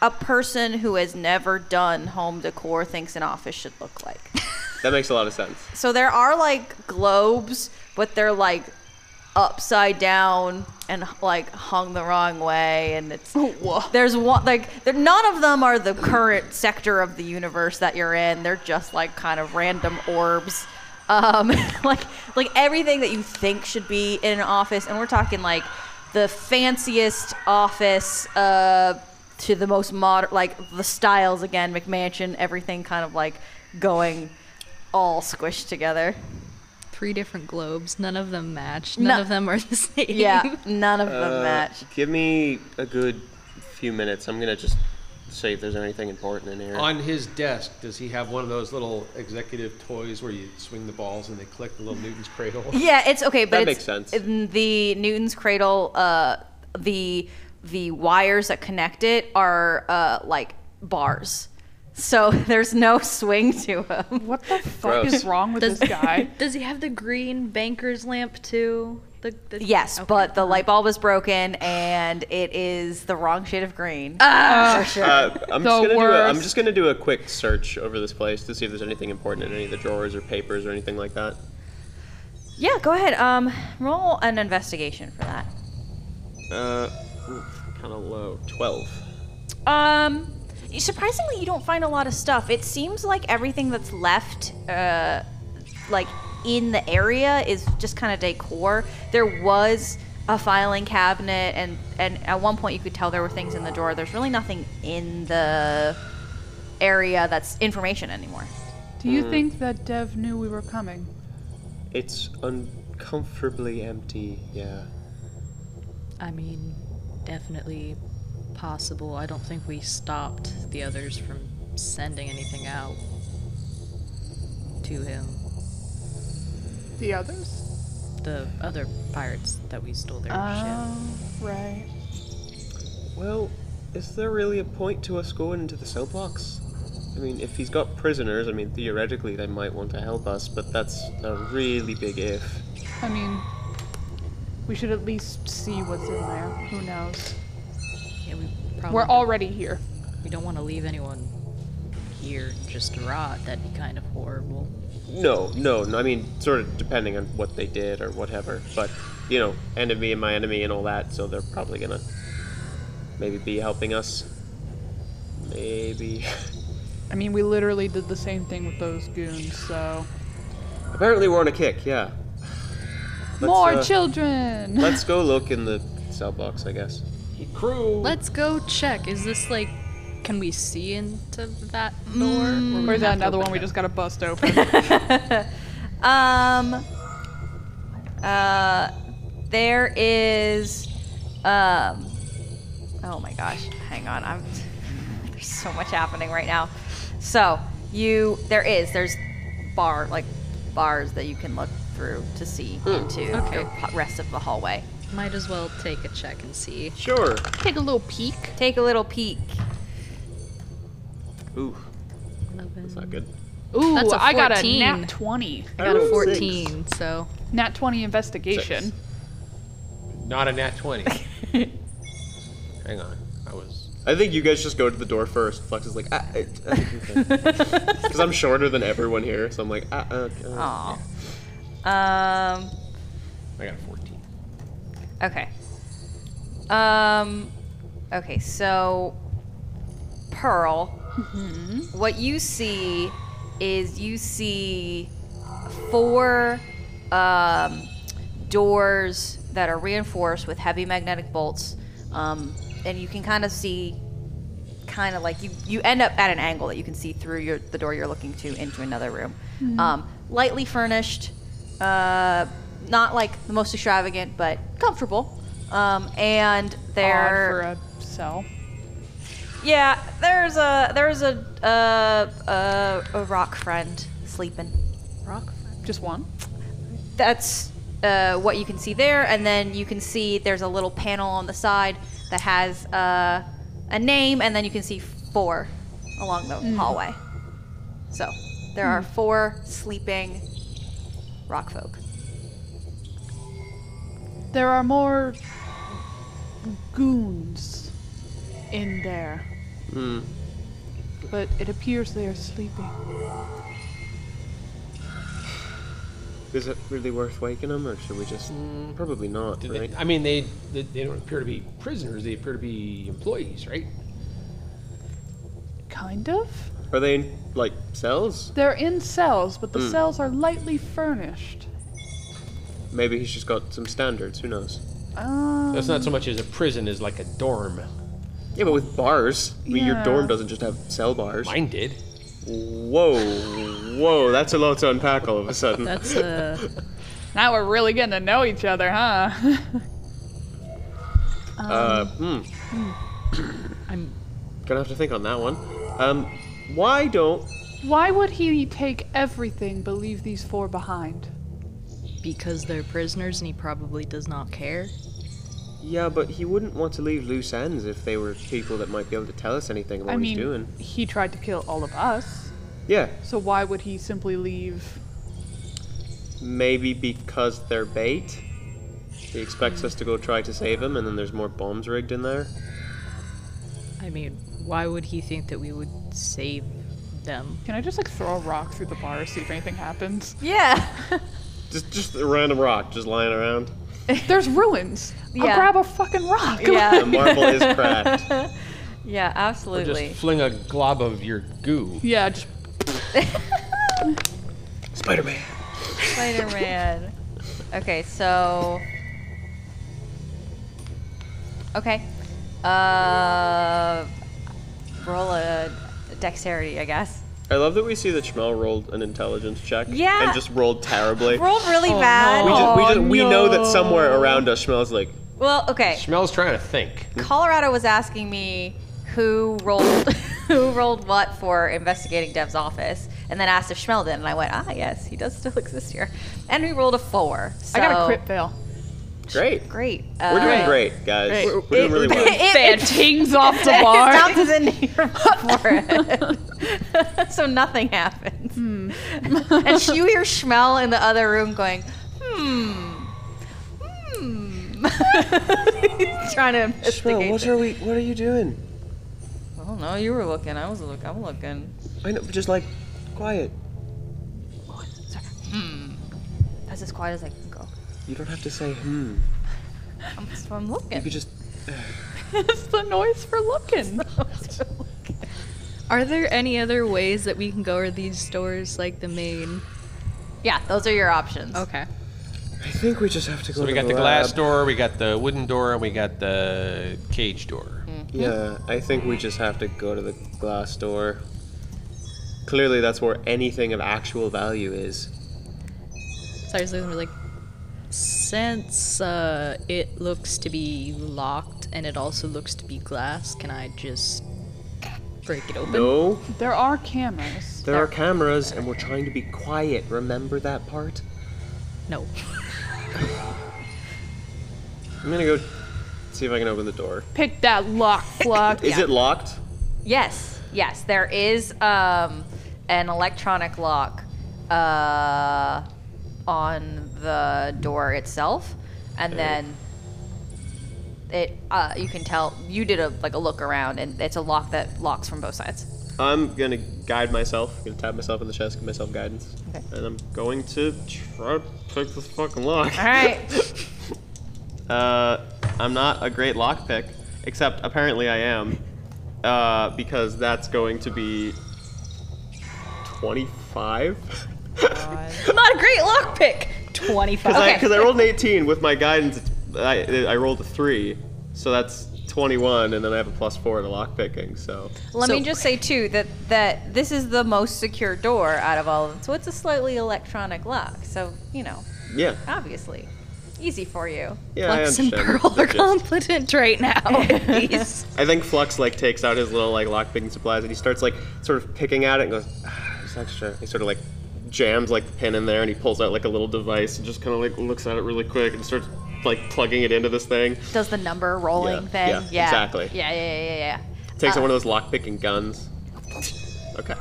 a person who has never done home decor thinks an office should look like. That makes a lot of sense. So there are like globes, but they're like upside down and like hung the wrong way, and it's there's one like they're, none of them are the current sector of the universe that you're in. They're just like kind of random orbs, um, like like everything that you think should be in an office, and we're talking like the fanciest office. Uh, to the most modern, like the styles again, McMansion, everything kind of like going all squished together. Three different globes. None of them match. None No- of them are the same. Yeah, none of them match. Uh, Give me a good few minutes. I'm gonna just see if there's anything important in here. On his desk, does he have one of those little executive toys where you swing the balls and they click the little Newton's cradle? Yeah, it's okay, but That it's, makes sense. in The Newton's cradle, uh, the the wires that connect it are uh, like bars, so there's no swing to them. What the fuck Gross. is wrong with this guy? Does he have the green banker's lamp too? The, the Yes, Okay. but uh-huh. the light bulb is broken, and it is the wrong shade of green. Uh, I'm, The just gonna do a, I'm worst. just gonna do a quick search over this place to see if there's anything important in any of the drawers or papers or anything like that. yeah, go ahead. Um, roll an investigation for that. Uh, kind of low. Twelve. Um, surprisingly, you don't find a lot of stuff. It seems like everything that's left, uh, like in the area, is just kind of decor. There was a filing cabinet, and and at one point you could tell there were things in the drawer. There's really nothing in the area that's information anymore. Do Hmm. you think that Dev knew we were coming? It's uncomfortably empty. Yeah. I mean, definitely possible. I don't think we stopped the others from sending anything out to him. The others? The other pirates that we stole their ship. Oh, right. Well, is there really a point to us going into the cell blocks? I mean, if he's got prisoners, I mean, theoretically they might want to help us, but that's a really big if. I mean, we should at least see what's in there. Who knows? Yeah, we probably We're already here. we don't want to leave anyone here just to rot. That'd be kind of horrible. No, no, no, I mean, sort of depending on what they did or whatever, but, you know, enemy and my enemy and all that, so they're probably gonna maybe be helping us. Maybe. I mean, we literally did the same thing with those goons, so. Apparently we're on a kick, yeah. Let's, More uh, children! Let's go look in the cell blocks, I guess. Crew. Let's go check. Is this like? Can we see into that door? Or we Where's have that to another open one we it? just gotta bust open? Um, uh, there is, um, oh my gosh, hang on, I'm. There's so much happening right now. So you, there is, there's bar like bars that you can look through to see into Okay. the po- rest of the hallway. Might as well take a check and see. Sure. Take a little peek. Take a little peek. Ooh, that's not good. Ooh, That's a I got a 14. nat 20. I got a Oh, six. 14, so Nat 20 investigation. Six. Not a nat 20. Hang on. I was. I think you guys just go to the door first. Flex is like, ah, because I'm shorter than everyone here, so I'm like, ah, uh, uh. Aw. Um. I got a 14. Okay. Um, okay, so Pearl, Mm-hmm. what you see is you see four um, doors that are reinforced with heavy magnetic bolts, um, and you can kind of see, kind of like you you end up at an angle that you can see through your the door you're looking to into another room, Mm-hmm. um, lightly furnished, uh, not like the most extravagant, but comfortable, um, and Odd they're for a cell. yeah, there's a there's a uh, uh, a rock friend sleeping. Rock. Just one? That's uh, what you can see there, and then you can see there's a little panel on the side that has uh, a name, and then you can see four along the Hmm. hallway. So there are four sleeping rock folk. There are more goons in there. Hmm. But it appears they are sleeping. Is it really worth waking them, or should we just? Probably not, Do they- right? I mean, they, they they don't appear to be prisoners. They appear to be employees, right? Kind of? Are they in like cells? They're in cells, but Hmm. the cells are lightly furnished. Maybe he's just got some standards. Who knows? Um, That's not so much as a prison as like a dorm. Yeah, but with bars, I mean, your Yeah. dorm doesn't just have cell bars. Mine did. Whoa, whoa, that's a lot to unpack all of a sudden. That's uh, now we're really getting to know each other, huh? Uh, hmm. I'm- gonna have to think on that one. Um, why don't? Why would he take everything but leave these four behind? because they're prisoners and he probably does not care. Yeah, but he wouldn't want to leave loose ends if they were people that might be able to tell us anything about I what mean, he's doing. he tried to kill all of us, Yeah, so why would he simply leave? maybe because they're bait. He expects us to go try to save him, and then there's more bombs rigged in there. I mean, why would he think that we would save them? Can I just like throw a rock through the bar, see if anything happens? Yeah. Just, just a random rock just lying around. There's ruins. I'll Yeah. grab a fucking rock. The Yeah. marble is cracked. Yeah, Or just absolutely. fling a glob of your goo. yeah, just Spider-Man. Spider Man. Okay, so. Okay. Uh. Roll a dexterity, I guess. I love that we see that Schmel rolled an intelligence check Yeah. Oh, and just rolled terribly. Rolled really bad. Oh, we just, we, just, we know that somewhere around us, Schmel's like, Well, okay. Schmel's trying to think. Colorado was asking me who rolled who rolled what for investigating Dev's office, and then asked if Schmel did, and I went, ah, yes, he does still exist here. And we rolled a four. I got so- a crit fail. great. Great. We're doing Uh, great, guys. Great. We're, we're doing really well. It, it, Tings off the it bar. bounces into your forehead, so nothing happens. and you hear Schmel in the other room going, hmm, hmm. He's trying to investigate. Schmel, what it. are we? What are you doing? I don't know. You were looking. I was looking. I'm looking. I know, but just like, quiet. That's as quiet as I can go. You don't have to say hmm. I'm, so I'm You looking. could just. That's the noise for looking. Are there any other ways that we can go? Are these doors like the main? yeah, those are your options. Okay. I think we just have to go. So to we got the lab. glass door, we got the wooden door, and we got the cage door. Yeah, I think we just have to go to the glass door. Clearly, that's where anything of actual value is. So I was looking like, since uh, it looks to be locked and it also looks to be glass, can I just break it open? No, There are cameras. there are cameras, and we're trying to be quiet. Remember that part? No. I'm gonna go see if I can open the door. Pick that lock, Flock. Is it locked? Yes, yes, there is um, an electronic lock uh, on the door itself, and then it uh, you can tell you did a like a look around, and it's a lock that locks from both sides. I'm gonna guide myself. I'm gonna tap myself on the chest, give myself guidance, Okay. and I'm going to try to pick this fucking lock. All right, Uh, I'm not a great lockpick, except apparently I am, uh, because that's going to be 25. Because Not a great lockpick. Twenty-five. I, Okay. 'cause I rolled an 18 with my guidance. It's, I, I rolled a three, so that's 21, and then I have a plus four to lockpicking. So let me So- just say too that that this is the most secure door out of all of them, so it's a slightly electronic lock. So you know, yeah, obviously, easy for you. yeah, I Flex and understand. Pearl the are gist. competent right now. Please. I think Flux like takes out his little like lockpicking supplies and he starts like sort of picking at it and goes, ah, "There's extra." He sort of like jams like the pin in there and he pulls out like a little device and just kind of like looks at it really quick and starts like plugging it into this thing. does the number rolling Yeah, thing. yeah, Yeah, exactly. Yeah, yeah, yeah, yeah, yeah. Takes Uh. out one of those lockpicking guns. Okay.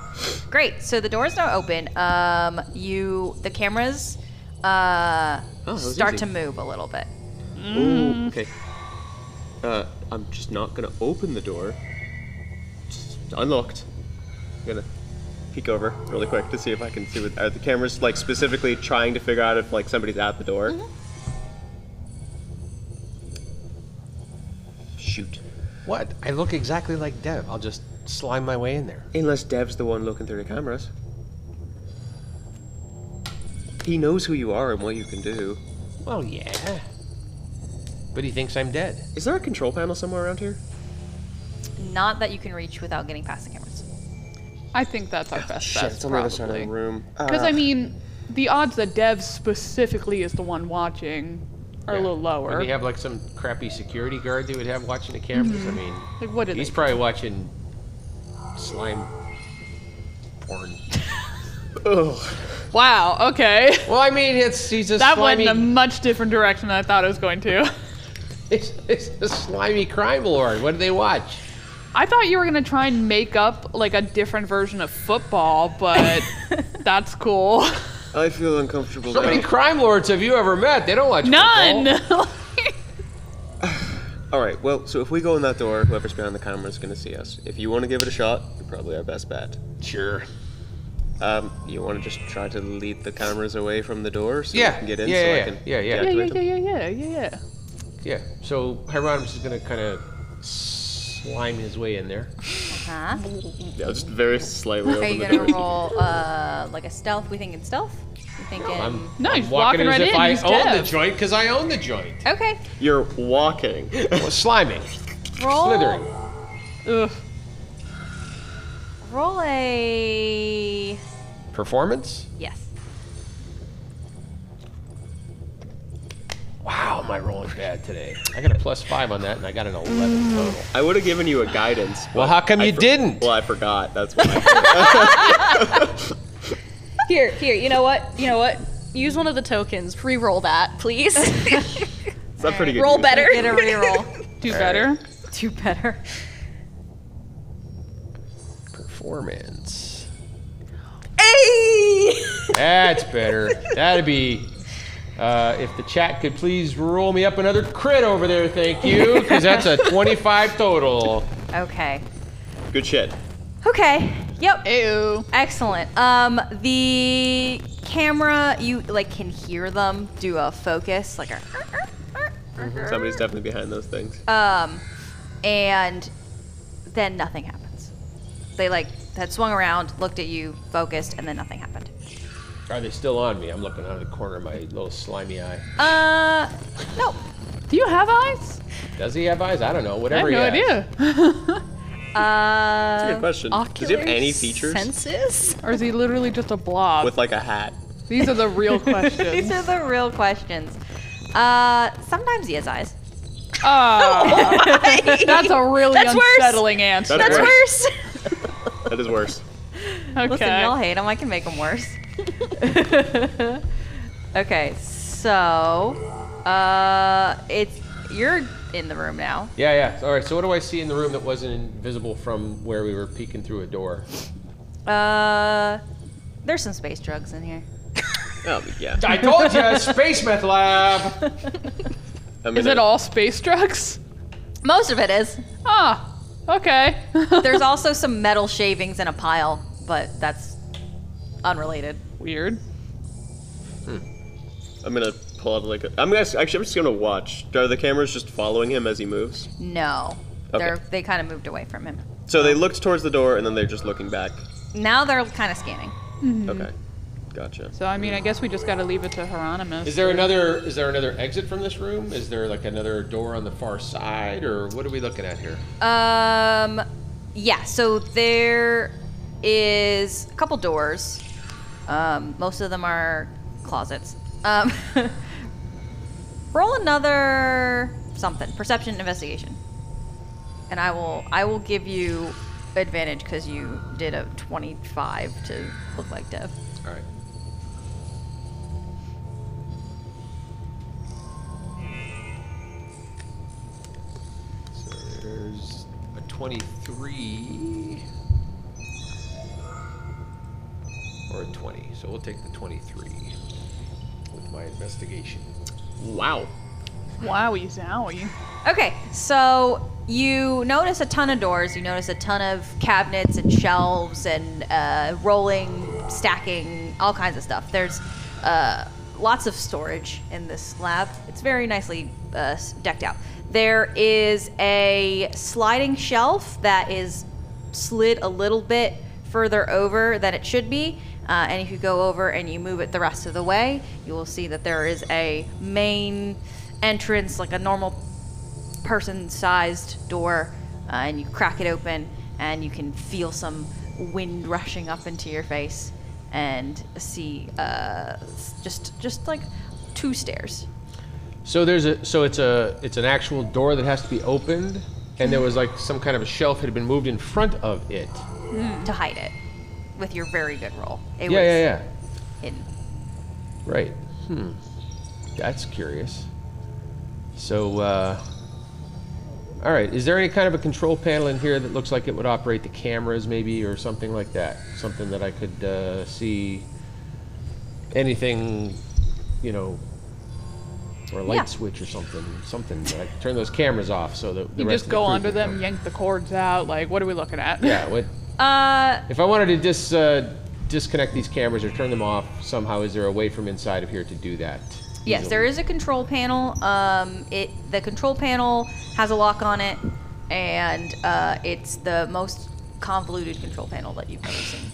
Great. So the door's now open. Um, you the cameras uh, Oh, that was start easy. to move a little bit. Oh, Ooh, okay. Uh, I'm just not gonna open the door. Just unlocked. I'm gonna peek over really quick to see if I can see what are the cameras like specifically trying to figure out if like somebody's at the door. Shoot. What? I look exactly like Dev. I'll just slime my way in there. Unless Dev's the one looking through the cameras. He knows who you are and what you can do. Well, yeah. But he thinks I'm dead. Is there a control panel somewhere around here? Not that you can reach without getting past the cameras. I think that's our best Shit, bet, it's on the other side of the probably. room. Because Uh. I mean, the odds that Dev specifically is the one watching are a Yeah. little Would lower. he have like some crappy security guard they would have watching the cameras? I mean, Like, what did he's they- probably watching slime porn. Wow. Okay. Well, I mean, it's he's a That went slimy, in a much different direction than I thought it was going to. he's, he's a slimy crime lord. What do they watch? I thought you were gonna try and make up like a different version of football, but that's cool. I feel uncomfortable. How many crime lords have you ever met? They don't watch None. football. All right. Well, so if we go in that door, whoever's behind the camera is going to see us. If you want to give it a shot, you're probably our best bet. Sure. Um, you want to just try to lead the cameras away from the door so Yeah, you can get in. yeah, so yeah, I can yeah, yeah. yeah, yeah, deactivate yeah, them. yeah, yeah, yeah, yeah. Yeah. So Hieronymus is gonna kind of slime his way in there. Huh? Yeah, I'll just very slightly Are open you the gonna door. roll uh, like a stealth? We thinking stealth? We thinking? I'm, No, I'm he's walking, walking as right if in, I he's own deaf. the joint because I own the joint. okay. You're walking. Well, sliming, Roll. slithering. Ugh. Roll a Performance? yes. Wow, my rolling bad today. I got a plus five on that, and I got an Mm. eleven total. I would have given you a guidance. Well, but how come I you didn't? Well, I forgot. That's why. Here, here. You know what? You know what? Use one of the tokens. Re-roll that, please. It's not pretty good. roll use. better. Get a reroll. Do better. Do better. Performance. Hey! That's better. That'd be. Uh, if the chat could please roll me up another crit over there, thank you, because that's a 25 total. okay. Good shit. Okay. Yep. Ew. Excellent. Um, the camera, you like can hear them do a focus, like a, Somebody's definitely behind those things. um, and then nothing happens. They like had swung around, looked at you, focused, and then nothing happened. Are they still on me? I'm looking out of the corner of my little slimy eye. Uh, no. Do you have eyes? Does he have eyes? I don't know. I Whatever have no he has. idea. Uh, That's a good question. Does he have any features Senses? Or is he literally just a blob? with like a hat? These are the real these questions. are the real questions. Uh, sometimes he has eyes. Oh, that's a really That's worse. unsettling answer. That's That's worse. worse. That is worse. Okay. Listen, y'all hate him. I can make him worse. okay, so uh, it's you're in the room now. Yeah, yeah. All right. So what do I see in the room that wasn't invisible from where we were peeking through a door? Uh, there's some space drugs in here. Oh, yeah. I told you, space meth lab. I mean, Is it I- all space drugs? Most of it is. Ah, okay. There's also some metal shavings in a pile, but that's unrelated. Weird. I'm gonna pull out like a. I'm gonna actually. I'm just gonna watch. Are the cameras just following him as he moves? No, Okay. they're they kind of moved away from him. So they looked towards the door and then they're just looking back. Now they're kind of scanning. Okay, gotcha. So I mean, I guess we just gotta leave it to Hieronymus. Is there another? Is there another exit from this room? Is there like another door on the far side, or what are we looking at here? Um, yeah. So there is a couple doors. Um, most of them are closets. Um, roll another something perception investigation, and I will I will give you advantage because you did a twenty five to look like Dev. All right. So there's a 23 or a 20. So we'll take the 23 with my investigation. Wow. Wowie zowie. Okay, so you notice a ton of doors. You notice a ton of cabinets and shelves and uh, rolling, stacking, all kinds of stuff. There's uh, lots of storage in this lab. It's very nicely uh, s- decked out. There is a sliding shelf that is slid a little bit further over than it should be. Uh, and if you go over and you move it the rest of the way, you will see that there is a main entrance, like a normal person sized door, uh, and you crack it open, and you can feel some wind rushing up into your face and see uh, s- just just like two stairs. So there's a so it's a it's an actual door that has to be opened, and there was like some kind of a shelf had been moved in front of it. to hide it with your very good roll. It yeah, was yeah, yeah. hidden. Right. Hmm. That's curious. So, uh, all right. Is there any kind of a control panel in here that looks like it would operate the cameras, maybe, or something like that? Something that I could uh, see. Anything, you know, or a light Yeah. switch or something. Something that I could turn those cameras off so that the You rest just of go the crew under can them, come. yank the cords out. Like, what are we looking at? Yeah. What, Uh, if I wanted to dis uh, disconnect these cameras or turn them off somehow, is there a way from inside of here to do that? yes, there is a control panel. Um, it the control panel has a lock on it, and uh, it's the most convoluted control panel that you've ever seen.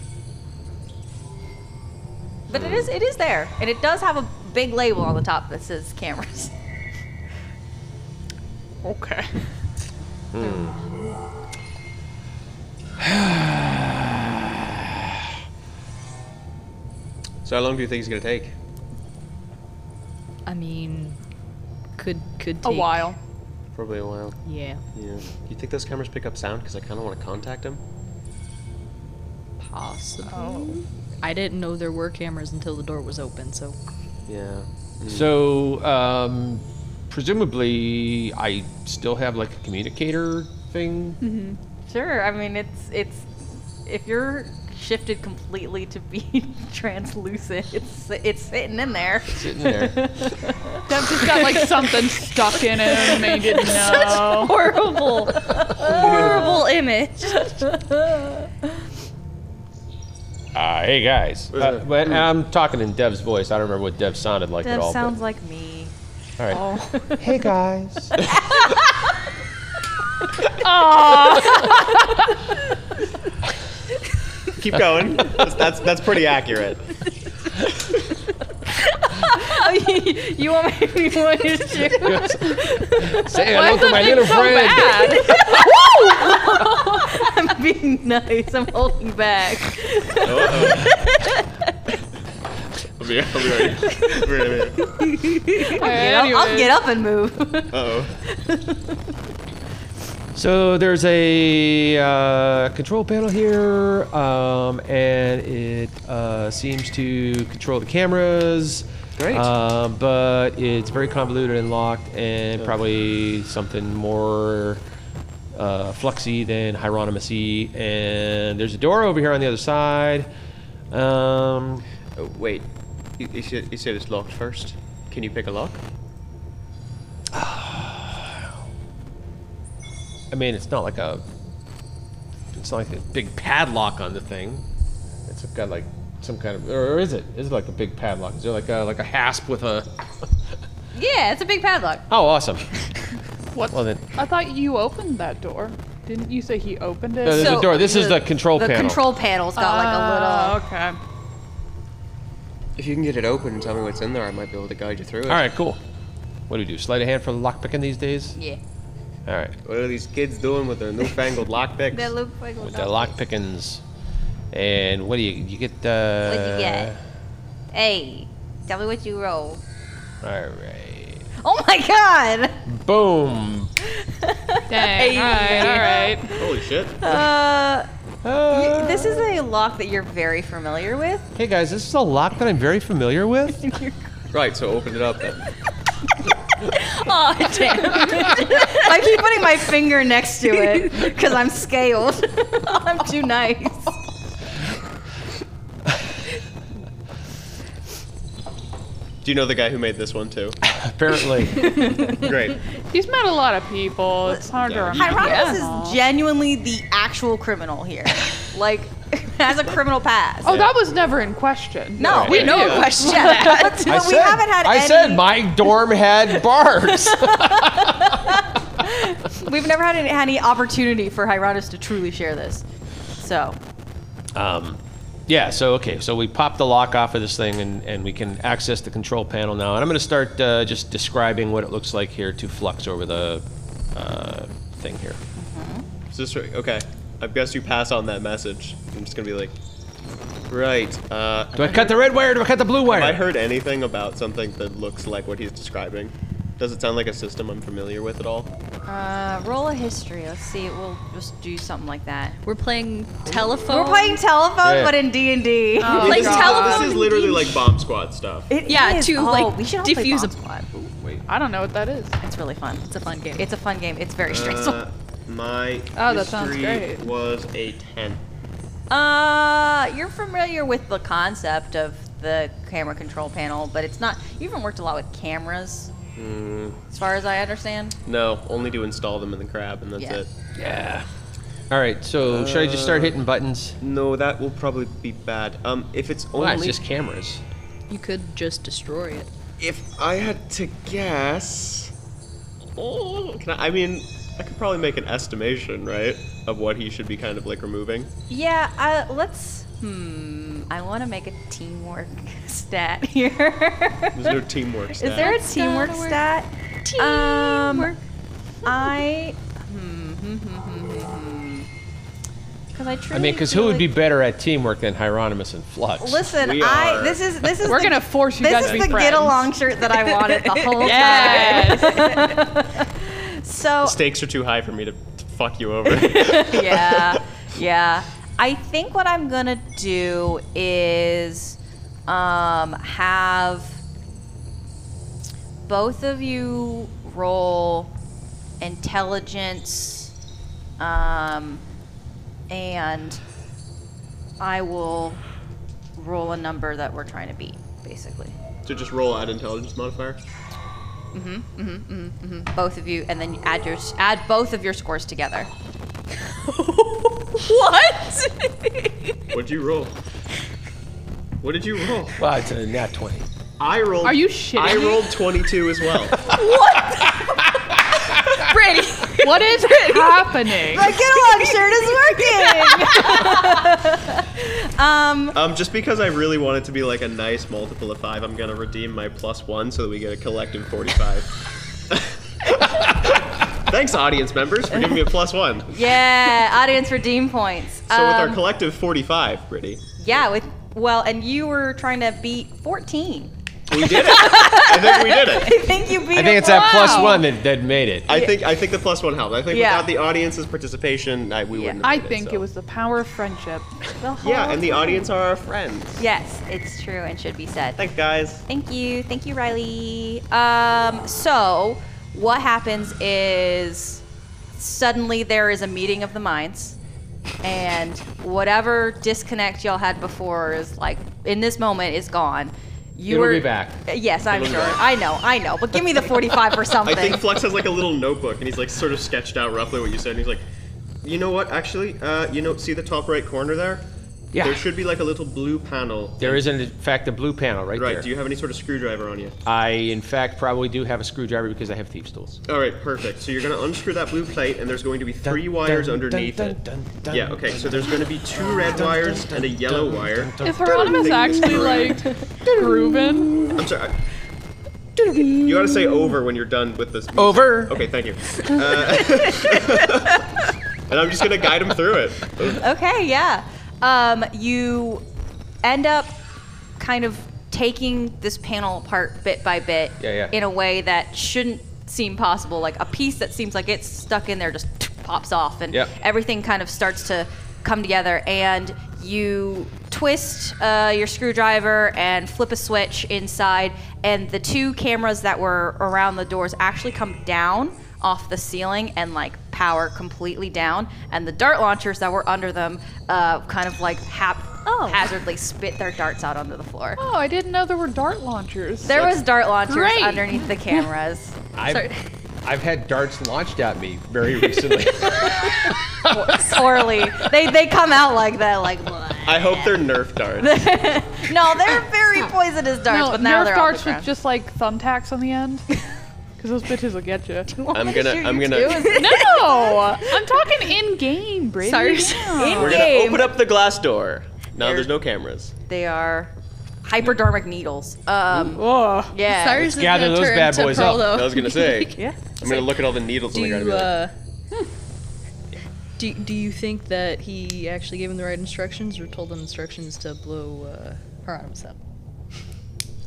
But it is it is there, and it does have a big label on the top that says cameras. Okay. So how long do you think it's gonna take? Mm-hmm. I mean, could could A take while. Probably a while. Yeah, Yeah. You think those cameras pick up sound? Because I kind of want to contact them. possible. Oh. I didn't know there were cameras until the door was open, so Yeah. So, um, presumably, I still have like a communicator thing. Sure. I mean, it's it's if you're shifted completely to be translucent, it's it's sitting in there. Sitting there. Dev just got like something stuck in him and he didn't know. Horrible, horrible image. Uh, hey guys, uh, but and I'm talking in Dev's voice. I don't remember what Dev sounded like at all. sounds like me. but, all right. Hey guys. Keep going. that's, that's that's pretty accurate. you want me to be one to shoot? Say hello to my little friend. I'm being nice. I'm holding back. I'll be, I'll be right. I'll, I'll get up and move. Uh So there's a uh, control panel here, um, and it uh, seems to control the cameras. Great. Um, but it's very convoluted and locked, and probably something more uh, fluxy than Hieronymus E. And there's a door over here on the other side. Um, oh. Wait. You, you said you said it's locked first. Can you pick a lock? I mean, it's not like a. It's not like a big padlock on the thing. It's got like some kind of, or is it? Is it like a big padlock? Is there like a like a hasp with a? yeah, it's a big padlock. Oh, awesome! What? Well then, I thought you opened that door. Didn't you say he opened it? No, there's a door. This is the control The panel. control panel's got like a little. Ah, okay. If you can get it open and tell me what's in there, I might be able to guide you through it. all right, cool. What do we do? Sleight of hand for lockpicking these days? Yeah. All right, What are these kids doing with their newfangled lockpicks? That look like with the lockpickings, and what do you you get? Uh, What'd you get? Hey, tell me what you roll. All right, Oh my god! boom. Dang. All right. All right. Holy shit. Uh, Uh, this is a lock that you're very familiar with. hey guys, this is a lock that I'm very familiar with. Right. So open it up then. Oh, damn. I keep putting my finger next to it because I'm scaled. I'm too nice. Do you know the guy who made this one too? Apparently. Great. He's met a lot of people. It's hard to remember. Hieronymus them all. is genuinely the actual criminal here. like, has a criminal past. Oh, that was never in question. No, Right. we Yeah. know Yeah. question that. I but we said- haven't had I any. said my dorm had bars. We've never had any, had any opportunity for Hieronymus to truly share this. So, Um, yeah, so okay, so we pop the lock off of this thing and, and we can access the control panel now. And I'm going to start uh, just describing what it looks like here to Flux over the uh, thing here. Is this right? Okay. I guess you pass on that message. I'm just gonna be like, right. Uh, Do I cut the red wire? Or do I cut the blue wire? Have I heard anything about something that looks like what he's describing? Does it sound like a system I'm familiar with at all? uh, roll a history. Let's see. We'll just do something like that. We're playing telephone. We're playing telephone, Yeah. but in D and D. Oh, Like this is- telephone This is literally like bomb squad stuff. yeah, to like Oh, we should all play diffuse Bomb a. Squad. Wait. I don't know what that is. It's really fun. It's a fun game. It's a fun game. It's very stressful. Uh, my Oh, that sounds history great. was a ten. Uh, you're familiar with the concept of the camera control panel, but it's not. You haven't worked a lot with cameras, Mm, as far as I understand. no, only to install them in the crab, and that's Yeah. it. Yeah. All right, so should I just start hitting Uh, buttons? No, that will probably be bad. Um, if it's only Why? It's just cameras. You could just destroy it. if I had to guess, oh, can I, I mean, I could probably make an estimation, right, of what he should be kind of like removing. Yeah. Uh, let's. Hmm. I want to make a teamwork stat here. There's no teamwork. Is there a teamwork not a word. stat? Teamwork. Um, I. Hmm. Because I I truly. mean, because feel who would like- be better at teamwork than Hieronymus and Flux? Listen, We I. are- This is this is. We're the- gonna force you This guys is to be the friends. get along shirt that I wanted the whole Yes. time. So The stakes are too high for me to to fuck you over. yeah, yeah. I think what I'm gonna do is um, have both of you roll intelligence, um, and I will roll a number that we're trying to beat, basically. to just roll out intelligence modifier. Both of you, and then add your add both of your scores together. what? What'd you roll? What did you roll? Wow, it's a nat 20. I rolled. Are you shitting I me? rolled 22 as well. Brady. What is happening? My get along shirt is working. um, um, just because I really want it to be like a nice multiple of five, I'm gonna redeem my plus one so that we get a collective 45. Thanks, audience members, for giving me a plus one. yeah, audience redeem points. So with our Um, collective 45, Brittany, yeah, with well, and you were trying to beat 14. we did it. I think we did I it. think you beat. I think it's a that plus one that, that made it. I think I think the plus one helped. I think Yeah. without the audience's participation, I, we wouldn't. Have I made think so. it was the power of friendship. Yeah, and the audience are our friends. Yes, it's true and should be said. Thanks, guys. Thank you. Thank you, Riley. Um, so, what happens is suddenly there is a meeting of the minds, and whatever disconnect y'all had before is like, in this moment, is gone. You It'll were, be back. Yes, I'm It'll be sure. back. I know, I know. But give me the 45 or I something. think Flux has like a little notebook, and he's like sort of sketched out roughly what you said. And he's like, you know what? Actually, uh, you know, see the top right corner there? Yeah. There should be like a little blue panel. There is, in fact, a blue panel right, Right. there. Do you have any sort of screwdriver on you? I, in fact, probably do have a screwdriver because I have thieves' tools. All right, perfect. So you're gonna unscrew that blue plate, and there's going to be three wires underneath it. Yeah. Okay. So there's going to be two red wires and a yellow wire. Is Hieronymus Thing that's actually like correct. grooving? I'm sorry. You gotta say over when you're done with this. music. Over. Okay, thank you. Uh, and I'm just gonna guide him through it. Okay, yeah. Um, you end up kind of taking this panel apart bit by bit Yeah, yeah. in a way that shouldn't seem possible. Like a piece that seems like it's stuck in there just pops off and Yep. everything kind of starts to come together and you twist uh, your screwdriver and flip a switch inside and the two cameras that were around the doors actually come down off the ceiling and like power completely down and the dart launchers that were under them uh, kind of like hap oh. hazardly spit their darts out onto the floor. Oh, I didn't know there were dart launchers. There was dart launchers Great. underneath the cameras. I've, Sorry. I've had darts launched at me very recently. Sorely. They they come out like that, like I hope they're Nerf darts. no, they're very poisonous darts, no, but now Nerf they're darts on the with just like thumbtacks on the end. Because those bitches will get you. I'm gonna. I'm gonna. no, I'm talking in game, Brady. Sorry. Yeah. We're gonna open up the glass door. Now there's no cameras. They are hypodermic needles. Oh, Um, yeah. Cyrus is gather gonna those turn bad to boys up. Perlo. I was gonna say. Yeah. I'm gonna look at all the needles and I gotta do, be like, uh, do, do you think that he actually gave him the right instructions or told him instructions to blow uh, Hieronymus up?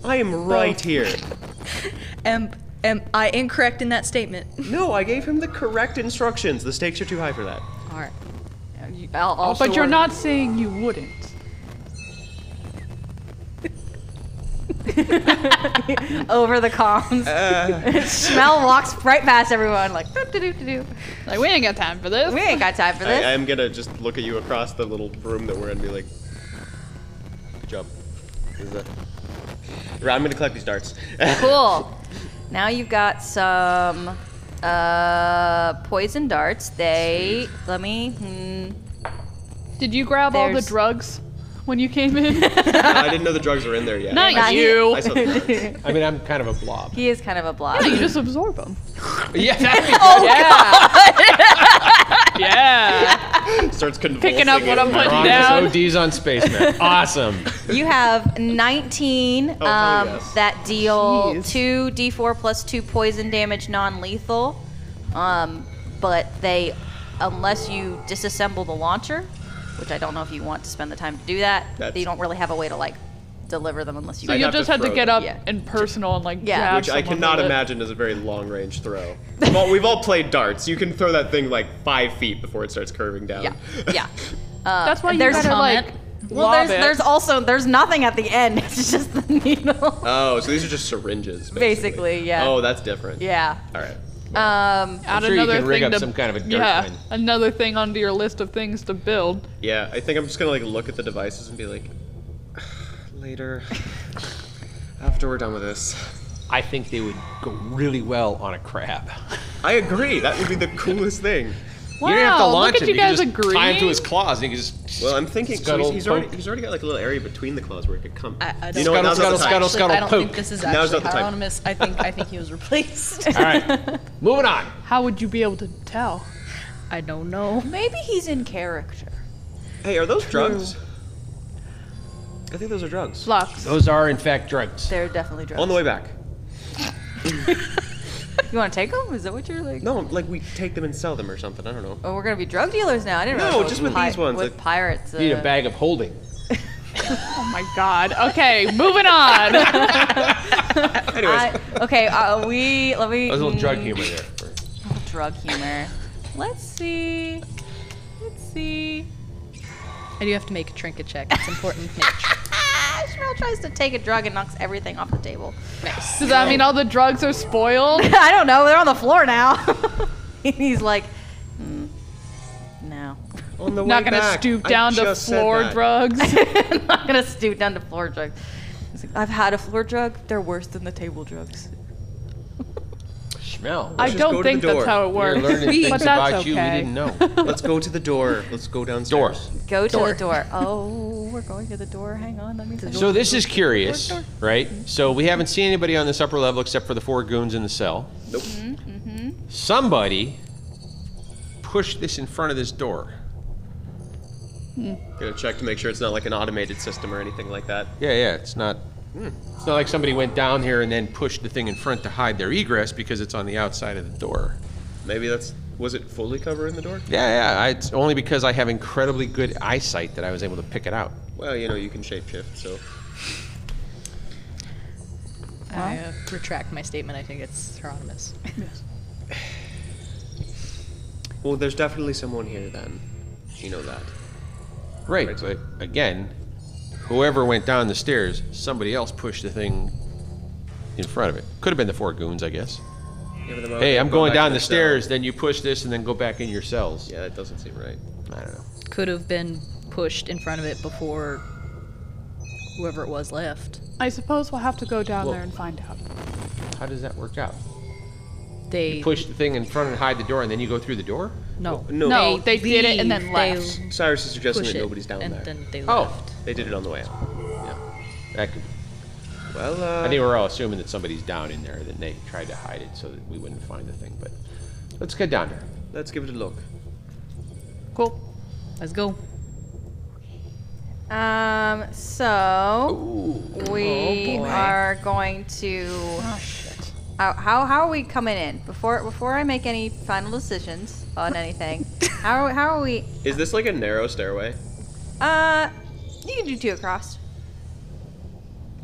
uh, I am right here. Am, am I incorrect in that statement? No, I gave him the correct instructions. The stakes are too high for that. All right. You- I'll also But you're order- not saying you wouldn't. over the comms. Smell walks right past everyone, like doo doo doo doo doo. Like, we ain't got time for this. We ain't got time for I, this. I'm gonna just look at you across the little room that we're in and be like, good job. This is it. Right, I'm gonna collect these darts. cool. Now you've got some uh, poison darts. They let me. Hmm, Did you grab all the There's- drugs when you came in? I didn't know the drugs were in there yet. Not Not you. I saw the darts. I mean, I'm kind of a blob. he is kind of a blob. You just absorb them. Yeah, that'd be Oh, Yeah. Starts convulsing. Picking up what I'm inside. putting Hieronymus down. ODs on Spaceman. Awesome. You have 19 Oh, hell um, yes. that deal Jeez. 2 d4 plus 2 poison damage non lethal. Um, but they, unless you disassemble the launcher, which I don't know if you want to spend the time to do that, That's- they don't really have a way to like deliver them unless you. So I'd you'll have to just have to throw get them. up Yeah. and personal and like Yeah. grab Which I someone cannot with it. imagine is a very long range throw. We've all, we've all played darts. You can throw that thing like five feet before it starts curving down. yeah, yeah. That's why you there's- gotta like. Comment. Well, lob there's, it. there's also there's nothing at the end. It's just the needle. Oh, so these are just syringes. Basically, Basically, yeah. Oh, that's different. yeah. All right. Um, add sure you another can rig thing up to, some kind of a dirt yeah, mine. another thing onto your list of things to build. Yeah, I think I'm just gonna like look at the devices and be like, later, after we're done with this. I think they would go really well on a crab. I agree. That would be the coolest thing. Wow, you don't have to launch look at him. you guys can just tie him to agreeing. his claws, and you can just Well, I'm thinking so he's, Scuttle, he's already poke. he's already got like a little area between the claws where it could come. Uh, I- I don't- you know what? Now's Scuttle, not the scuttle, time. scuttle, scuttle. I don't poke. think this is Now's actually not the time. Hieronymus. I think I think he was replaced. All right, moving on. How would you be able to tell? I don't know. maybe he's in character. Hey, are those drugs? I think those are drugs. Flux. Those are in fact drugs. They're definitely drugs. On the way back. You want to take them? Is that what you're like? No, like we take them and sell them or something. I don't know. Oh, we're gonna be drug dealers now. I didn't No, realize it just was with these ones, With like- pirates. You need uh, a bag of holding. Oh my god. Okay, moving on. Anyways, I- okay, uh, we let me. That was a little drug mm, humor there. Drug humor. Let's see. Let's see. I do have to make a trinket check. It's important. Ah, Shmuel tries to take a drug and knocks everything off the table. Does that mean all the drugs are spoiled? I don't know. They're on the floor now. He's like, "Mm, no. on the way Not gonna back. stoop I down to just said floor that. drugs. I'm not gonna stoop down to floor drugs. He's like, I've had a floor drug. They're worse than the table drugs. Schmel. I just go to don't the think that's door. how it We're works. learning things but about that's you we okay. didn't know. Let's go to the door. Letlet's go downstairs. Door. Go to the door. Oh, we're going to the door. Hang on. That means I So this is curious, right? So we haven't seen anybody on this upper level except for the four goons in the cell. Nope. Mm-hmm, Somebody pushed this in front of this door. Gonna check to make sure it's not like an automated system or anything like that. Yeah, yeah, it's not. It's not like somebody went down here and then pushed the thing in front to hide their egress because it's on the outside of the door. Maybe that's was it fully covering the door? Yeah, yeah. I, it's only because I have incredibly good eyesight that I was able to pick it out. Well, you know, you can shapeshift, so I uh, retract my statement. I think it's Hieronymus. Well, there's definitely someone here then. You know that. Right. But again, whoever went down the stairs, somebody else pushed the thing in front of it. Could have been the four goons, I guess. Yeah, but I'm Hey, I'm back going to down the cell. stairs, then you push this and then go back in your cells. Yeah, that doesn't seem right. I don't know. Could have been pushed in front of it before whoever it was left. I suppose we'll have to go down Well- there and find out. How does that work out? They You push the thing in front and hide the door, and then you go through the door? no No. No, they, did it and leave. then They left. Cyrus is suggesting push that it, nobody's down and there. then they Oh, They did it on the way out. that could. Well, uh, I think we're all assuming that somebody's down in there, that they tried to hide it so that we wouldn't find the thing. But let's get down there. let's give it a look. Cool. Let's go. Um, so we are going to. How, how how are we coming in before before I make any final decisions on anything? how are- how are we? Is this like a narrow stairway? Uh, you can do two across.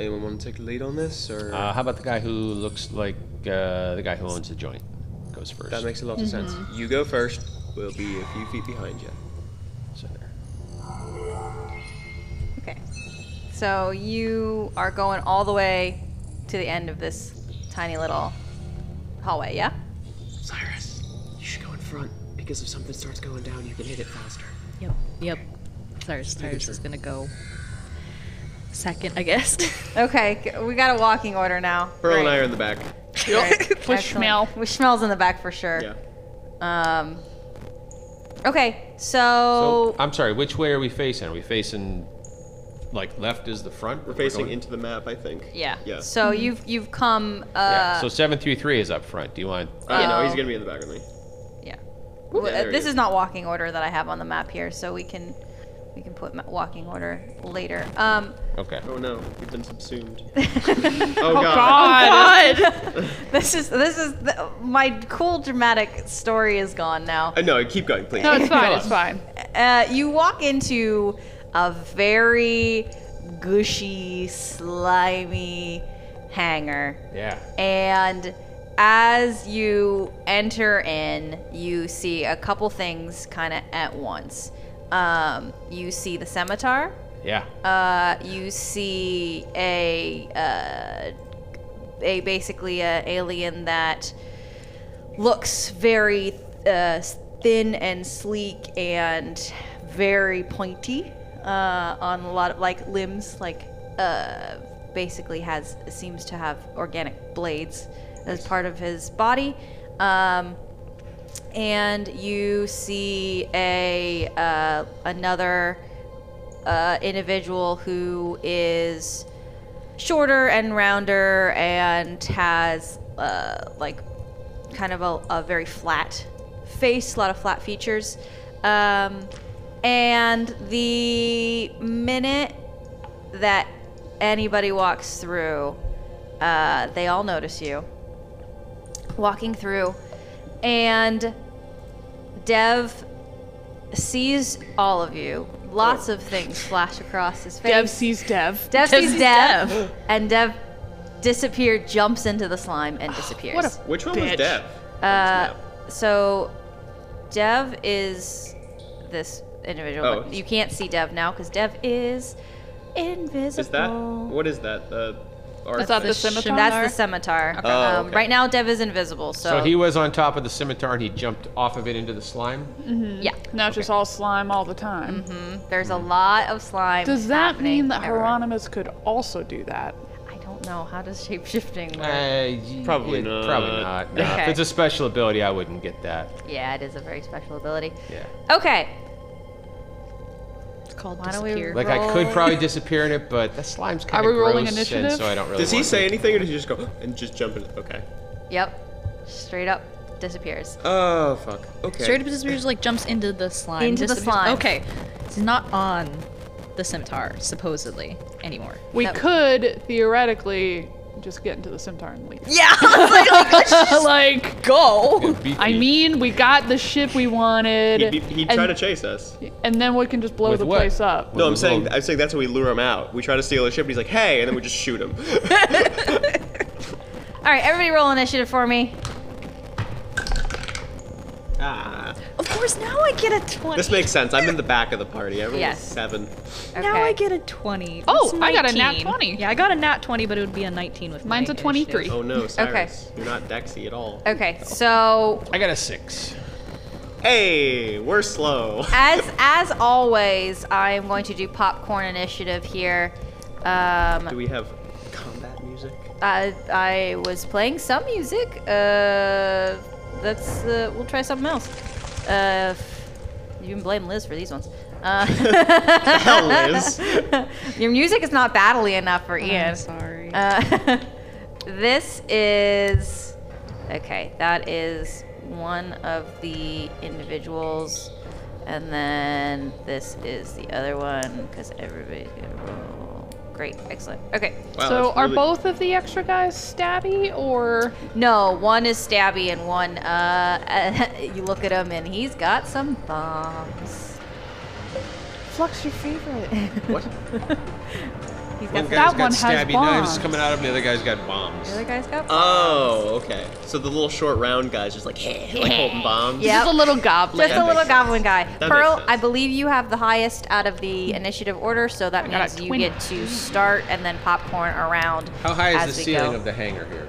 Anyone want to take the lead on this, or Uh, how about the guy who looks like uh, the guy who owns the joint goes first? that makes a lot of Mm-hmm. sense? You go first. We'll be a few feet behind you. So there. Okay. So you are going all the way to the end of this tiny little hallway, yeah? Cyrus, you should go in front because if something starts going down, you can hit it faster. Yep. Yep. Cyrus, Cyrus is gonna go second, I guess. Okay, g- we got a walking order now. Pearl and I Great. are in the back. Great. With Excellent. Schmel. With Schmel's in the back for sure. Yeah. Um. Okay, So so, I'm sorry. Which way are we facing? Are we facing like left is the front? We're facing going- into the map, I think. yeah. Yeah. So you've you've come. Uh, Yeah. So seven three three is up front. Do you want? Uh, no, Yeah. he's gonna be in the back with me. yeah. uh, Yeah, there this you is not walking order that I have on the map here, so we can we can put ma- walking order later. Um. Okay. Oh no, we've been subsumed. Uh, oh god. This is this is the, my cool dramatic story is gone now. Uh, no, keep going, please. No, it's fine. It's fine. Uh, you walk into a very gushy, slimy hangar. Yeah. And as you enter in, you see a couple things kind of at once. Um, you see the scimitar. Yeah. Uh, you see a uh, a basically a alien that looks very uh, thin and sleek and very pointy uh, on a lot of like limbs like uh, basically has seems to have organic blades as part of his body um, and you see a uh, another uh, individual who is shorter and rounder and has uh, like kind of a, a very flat face, a lot of flat features. Um, and the minute that anybody walks through, uh, they all notice you walking through, and Dev sees all of you. Lots of things flash across his face. Dev sees Dev. Dev sees Dev, and Dev disappear, jumps into the slime, and disappears. What a Which one was Bitch. Dev? uh, so, Dev is this individual. Oh. but You can't see Dev now because Dev is invisible. Is that what is that? Uh, The art Is that thing? the scimitar? That's the scimitar. Oh, Um, okay. Right now, Dev is invisible. So, So he was on top of the scimitar and he jumped off of it into the slime. yeah, Now it's just all slime all the time. there's a lot of slime. Does that Mm-hmm. happening mean that everywhere. Hieronymus could also do that? I don't know. How does shape shifting work? Uh, Probably yeah, not. Probably not. Nah, If Okay. it's a special ability, I wouldn't get that. yeah, it is a very special ability. Yeah. Okay. It's called Why don't we- disappear. Like I could Roll. probably disappear in it, but that slime's kind Are of we rolling gross, and initiative? so I don't really. Does he want say to- anything, or does he just go and just jump in? Okay. Yep. Straight up disappears. Oh fuck. Okay. Straight up disappears, like jumps into the slime. Into the disappears- slime. Okay. It's not on the scimitar, supposedly, anymore. We That- could theoretically just get into the scimitar and leave. Yeah! oh like, go! Beat I me mean, we got the ship we He'd, wanted, be, he'd and, try to chase us. and then we can just blow With the what? place up. No, I'm we saying roll- I'm saying that's how we lure him out. We try to steal his ship, and he's like, "Hey," and then we just shoot him. All right, everybody, roll initiative for me. ah. Of course, now I get a 20. This makes sense. I'm in the back of the party. Everyone's Yes. seven. Okay. Now I get a 20. Oh, That's I got a nat 19. 20. Yeah, I got a nat 20, but it would be a 19 with Mine's my a 23. initiative. Oh no, Cyrus, you're not Dexy at all. Okay, so I got a six. Hey, we're slow. As as always, I am going to do popcorn initiative here. Um, Do we have combat music? I I was playing some music. Uh, that's uh, we'll try something else. Uh, you can blame Liz for these ones. Uh, Liz. Your music is not battly enough for Ian. sorry. Uh, this is okay. That is one of the individuals, and then this is the other one because everybody's gonna roll. Great, excellent. Okay. so are both of the extra guys stabby or No, one is stabby and one. Uh, you look at him and he's got some bombs. Flux your favorite? What? He's One got guy's got that one has stabby knives bombs. coming out of him. The other guy's got bombs. The other guy's got. Oh, okay. So the little short round guy's just like, hey, like holding bombs. Yep. Just a little goblin. Just a little goblin guy. That makes Pearl, sense. I believe you have the highest out of the initiative order, so that Hmm. got a means you get to start and then popcorn around. How high as is the we ceiling go. of the hangar here?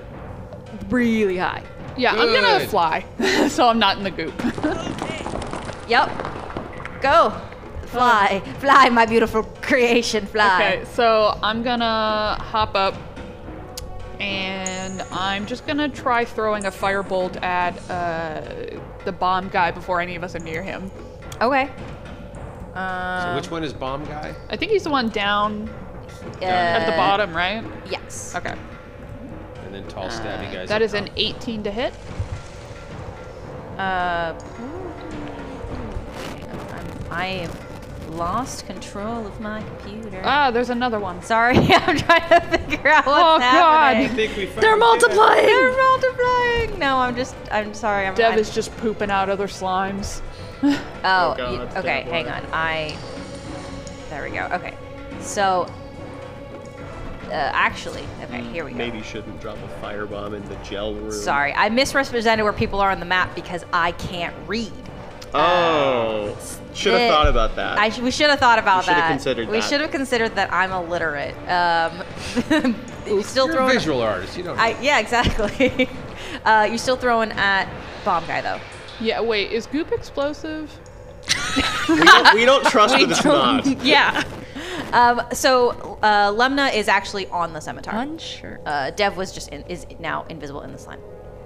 Really high. Yeah, I'm gonna Good. fly, so I'm not in the goop. Yep. Go. Fly. Fly, my beautiful creation. Fly. Oh. okay, so I'm gonna hop up, and I'm just gonna try throwing a firebolt at uh, the bomb guy before any of us are near him. Okay. Um, So which one is bomb guy? I think he's the one down Uh, at the bottom, right? Yes. Okay, And then tall stabby guys. up that is an top. 18 to hit. Uh, I'm, I have lost control of my computer. Ah, there's another one. Sorry, I'm trying to figure out what's Oh, God. happening. I They're multiplying. They're multiplying. No, I'm just. I'm sorry. I'm. Dev I'm- is just pooping out other slimes. Oh, God, you- that's okay. bad Hang water. on. I. There we go. Okay. So. Uh, actually, okay. Here we go. Mm, Maybe shouldn't drop a firebomb in the gel room. Sorry, I misrepresented where people are on the map because I can't read. Oh, should have uh, It- thought about that. I sh- we should have thought about should have that. considered we that. should have considered that I'm illiterate. Um, you still You're a throwing. visual artist. You don't. I, yeah, exactly. uh, you still throwing at bomb guy though. Yeah, wait, is goop explosive? we, don't, we don't trust that it's not. yeah. Um, so uh, Lemna is actually on the scimitar. Unsure. Uh, Dev was just in, is now invisible in the slime.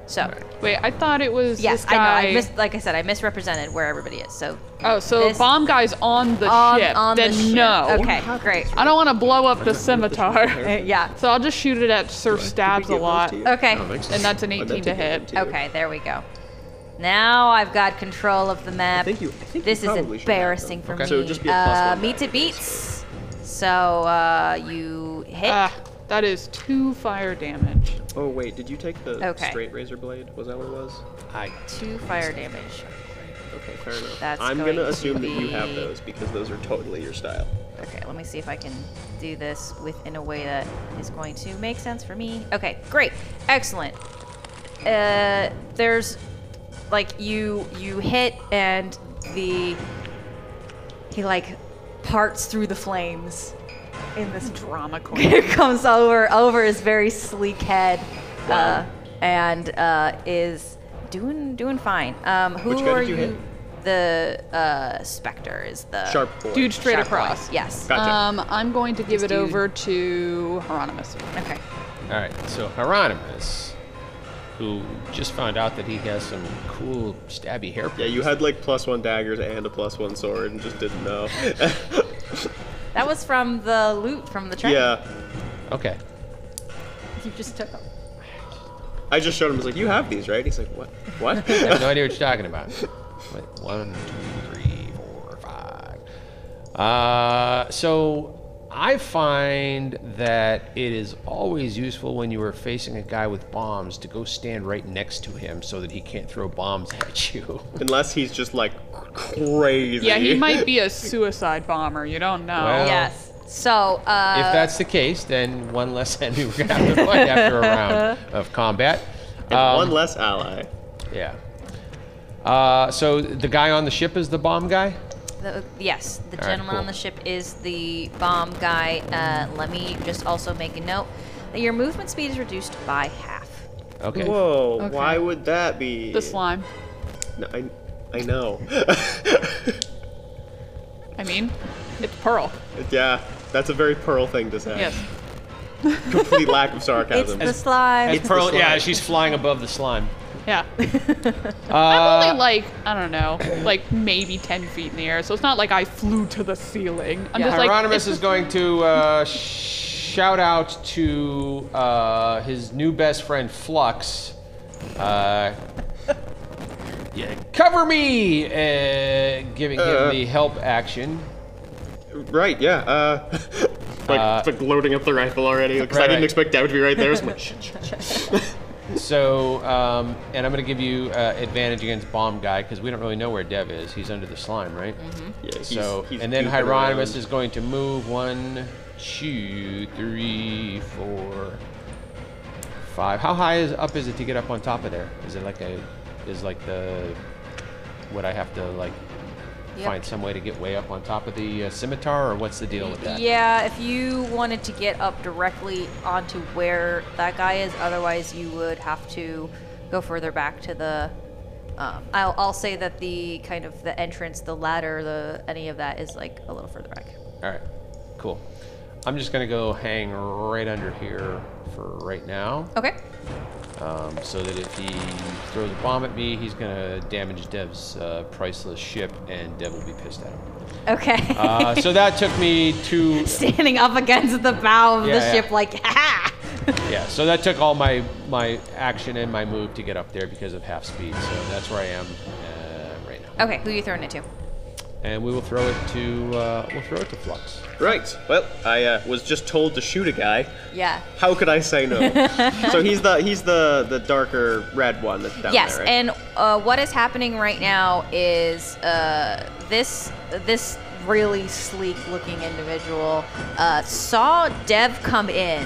So Wait, I thought it was yes, this I guy. know. I mis- like I said, I misrepresented where everybody is. So Oh, so This- the bomb guy's on the on, ship. on then the ship. no. Okay, great. I don't want to blow up the scimitar. Uh, yeah. so I'll just shoot it at Sir Stabs a lot. And Okay. that's an 18 to hit. Okay. There we go. Now I've got control of the map. think you- I think you this is probably should have that, embarrassing though. for Okay. me. So just be a plus uh, one meet die, to beats. So uh, you hit. Ah, that is two fire damage. Oh wait, did you take the Okay. straight razor blade? Was that what it was? I two fire damage. Okay, fair enough. That's I'm going gonna to assume that you have be- those because those are totally your style. Okay, let me see if I can do this within a way that is going to make sense for me. Okay, great, excellent. Uh, there's like you you hit and the he like parts through the flames in this Drama queen. comes over over his very sleek head uh, and uh, is doing doing fine. Um, who Which guy did are you hit? The uh, specter is the Sharp boy. Dude straight sharp boy. across. Yes. Gotcha. Um, I'm going to give it over to Hieronymus. Okay. All right, so Hieronymus, who just found out that he has some cool stabby hair. yeah, you had like plus one daggers and a plus one sword and just didn't know. That was from the loot from the train. yeah. Okay. You just took them. I just showed him. I was like, "You have these, right?" He's like, "What? What?" I have no idea what you're talking about. Wait, one, two, three, four, five. Uh, so I find that it is always useful when you are facing a guy with bombs to go stand right next to him so that he can't throw bombs at you. Oh, Unless he's just like crazy. Yeah, he might be a suicide bomber. You don't know. Well, Yes. So, uh, if that's the case, then one less enemy we're gonna have to fight after a round of combat. And Um, one less ally. Yeah. Uh, so the guy on the ship is the bomb guy. the, yes, the All right, gentleman on cool. the ship is the bomb guy. Uh, let me just also make a note that your movement speed is reduced by half. Okay. Whoa! Why would that be? The slime. No, I, I know. I mean, it's Pearl. yeah, that's a very Pearl thing to say. Yes. Complete lack of sarcasm. the slime. It's It's the Pearl, slime. yeah, she's flying above the slime. Yeah. Uh, Only like, I don't know, like maybe 10 feet in the air. So it's not like I flew to the ceiling. I'm just like, Hieronymus it's is going to uh, shout out to uh, his new best friend Flux. Uh, yeah, cover me, uh, giving Uh. him the help action. Right, yeah. Uh, like, like loading up the rifle already because right, I didn't Uh, right. expect that would be right there. So I'm like, shit, shit, shit. So, um, and I'm going to give you uh, advantage against Bomb Guy because we don't really know where Dev is. He's under the slime, right? Mm-hmm. Yeah, he's- so, he's and then goofing Hieronymus around. is going to move one, two, three, four, five. How high is up is it to get up on top of there? Is it like a, is like the, would I have to like Yep. find some way to get way up on top of the uh, scimitar, or what's the deal with that? Yeah, if you wanted to get up directly onto where that guy is, otherwise you would have to go further back to the. Um, I'll, I'll say that the kind of the entrance, the ladder, the any of that is like a little further back. All right, cool. I'm just gonna go hang right under here for right now. Okay. Um, so that if he throws a bomb at me, he's gonna damage Dev's uh, priceless ship, and Dev will be pissed at him. Okay. Uh, so that took me two. Standing up against the bow of Yeah, the yeah. ship, like ha! Yeah. So that took all my my action and my move to get up there because of half speed. So that's where I am uh, right now. Okay, who you throwing it to? And we will throw it to uh, we'll throw it to Flux. Right. Well, I uh, was just told to shoot a guy. Yeah. How could I say no? so he's the he's the the darker red one that's down yes, there. right? and uh, what is happening right now is uh, this this really sleek looking individual uh, saw Dev come in,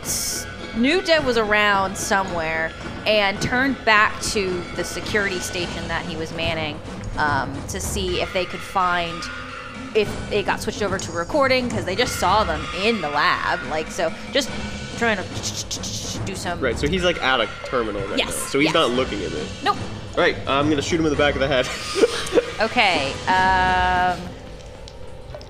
s- knew Dev was around somewhere, and turned back to the security station that he was manning um, to see if they could find if it got switched over to recording because they just saw them in the lab. Like so, just trying to do some right. So he's like at a terminal right Yes, now. So he's yes. not looking at me. Nope. Right. I'm gonna shoot him in the back of the head. Okay. Um.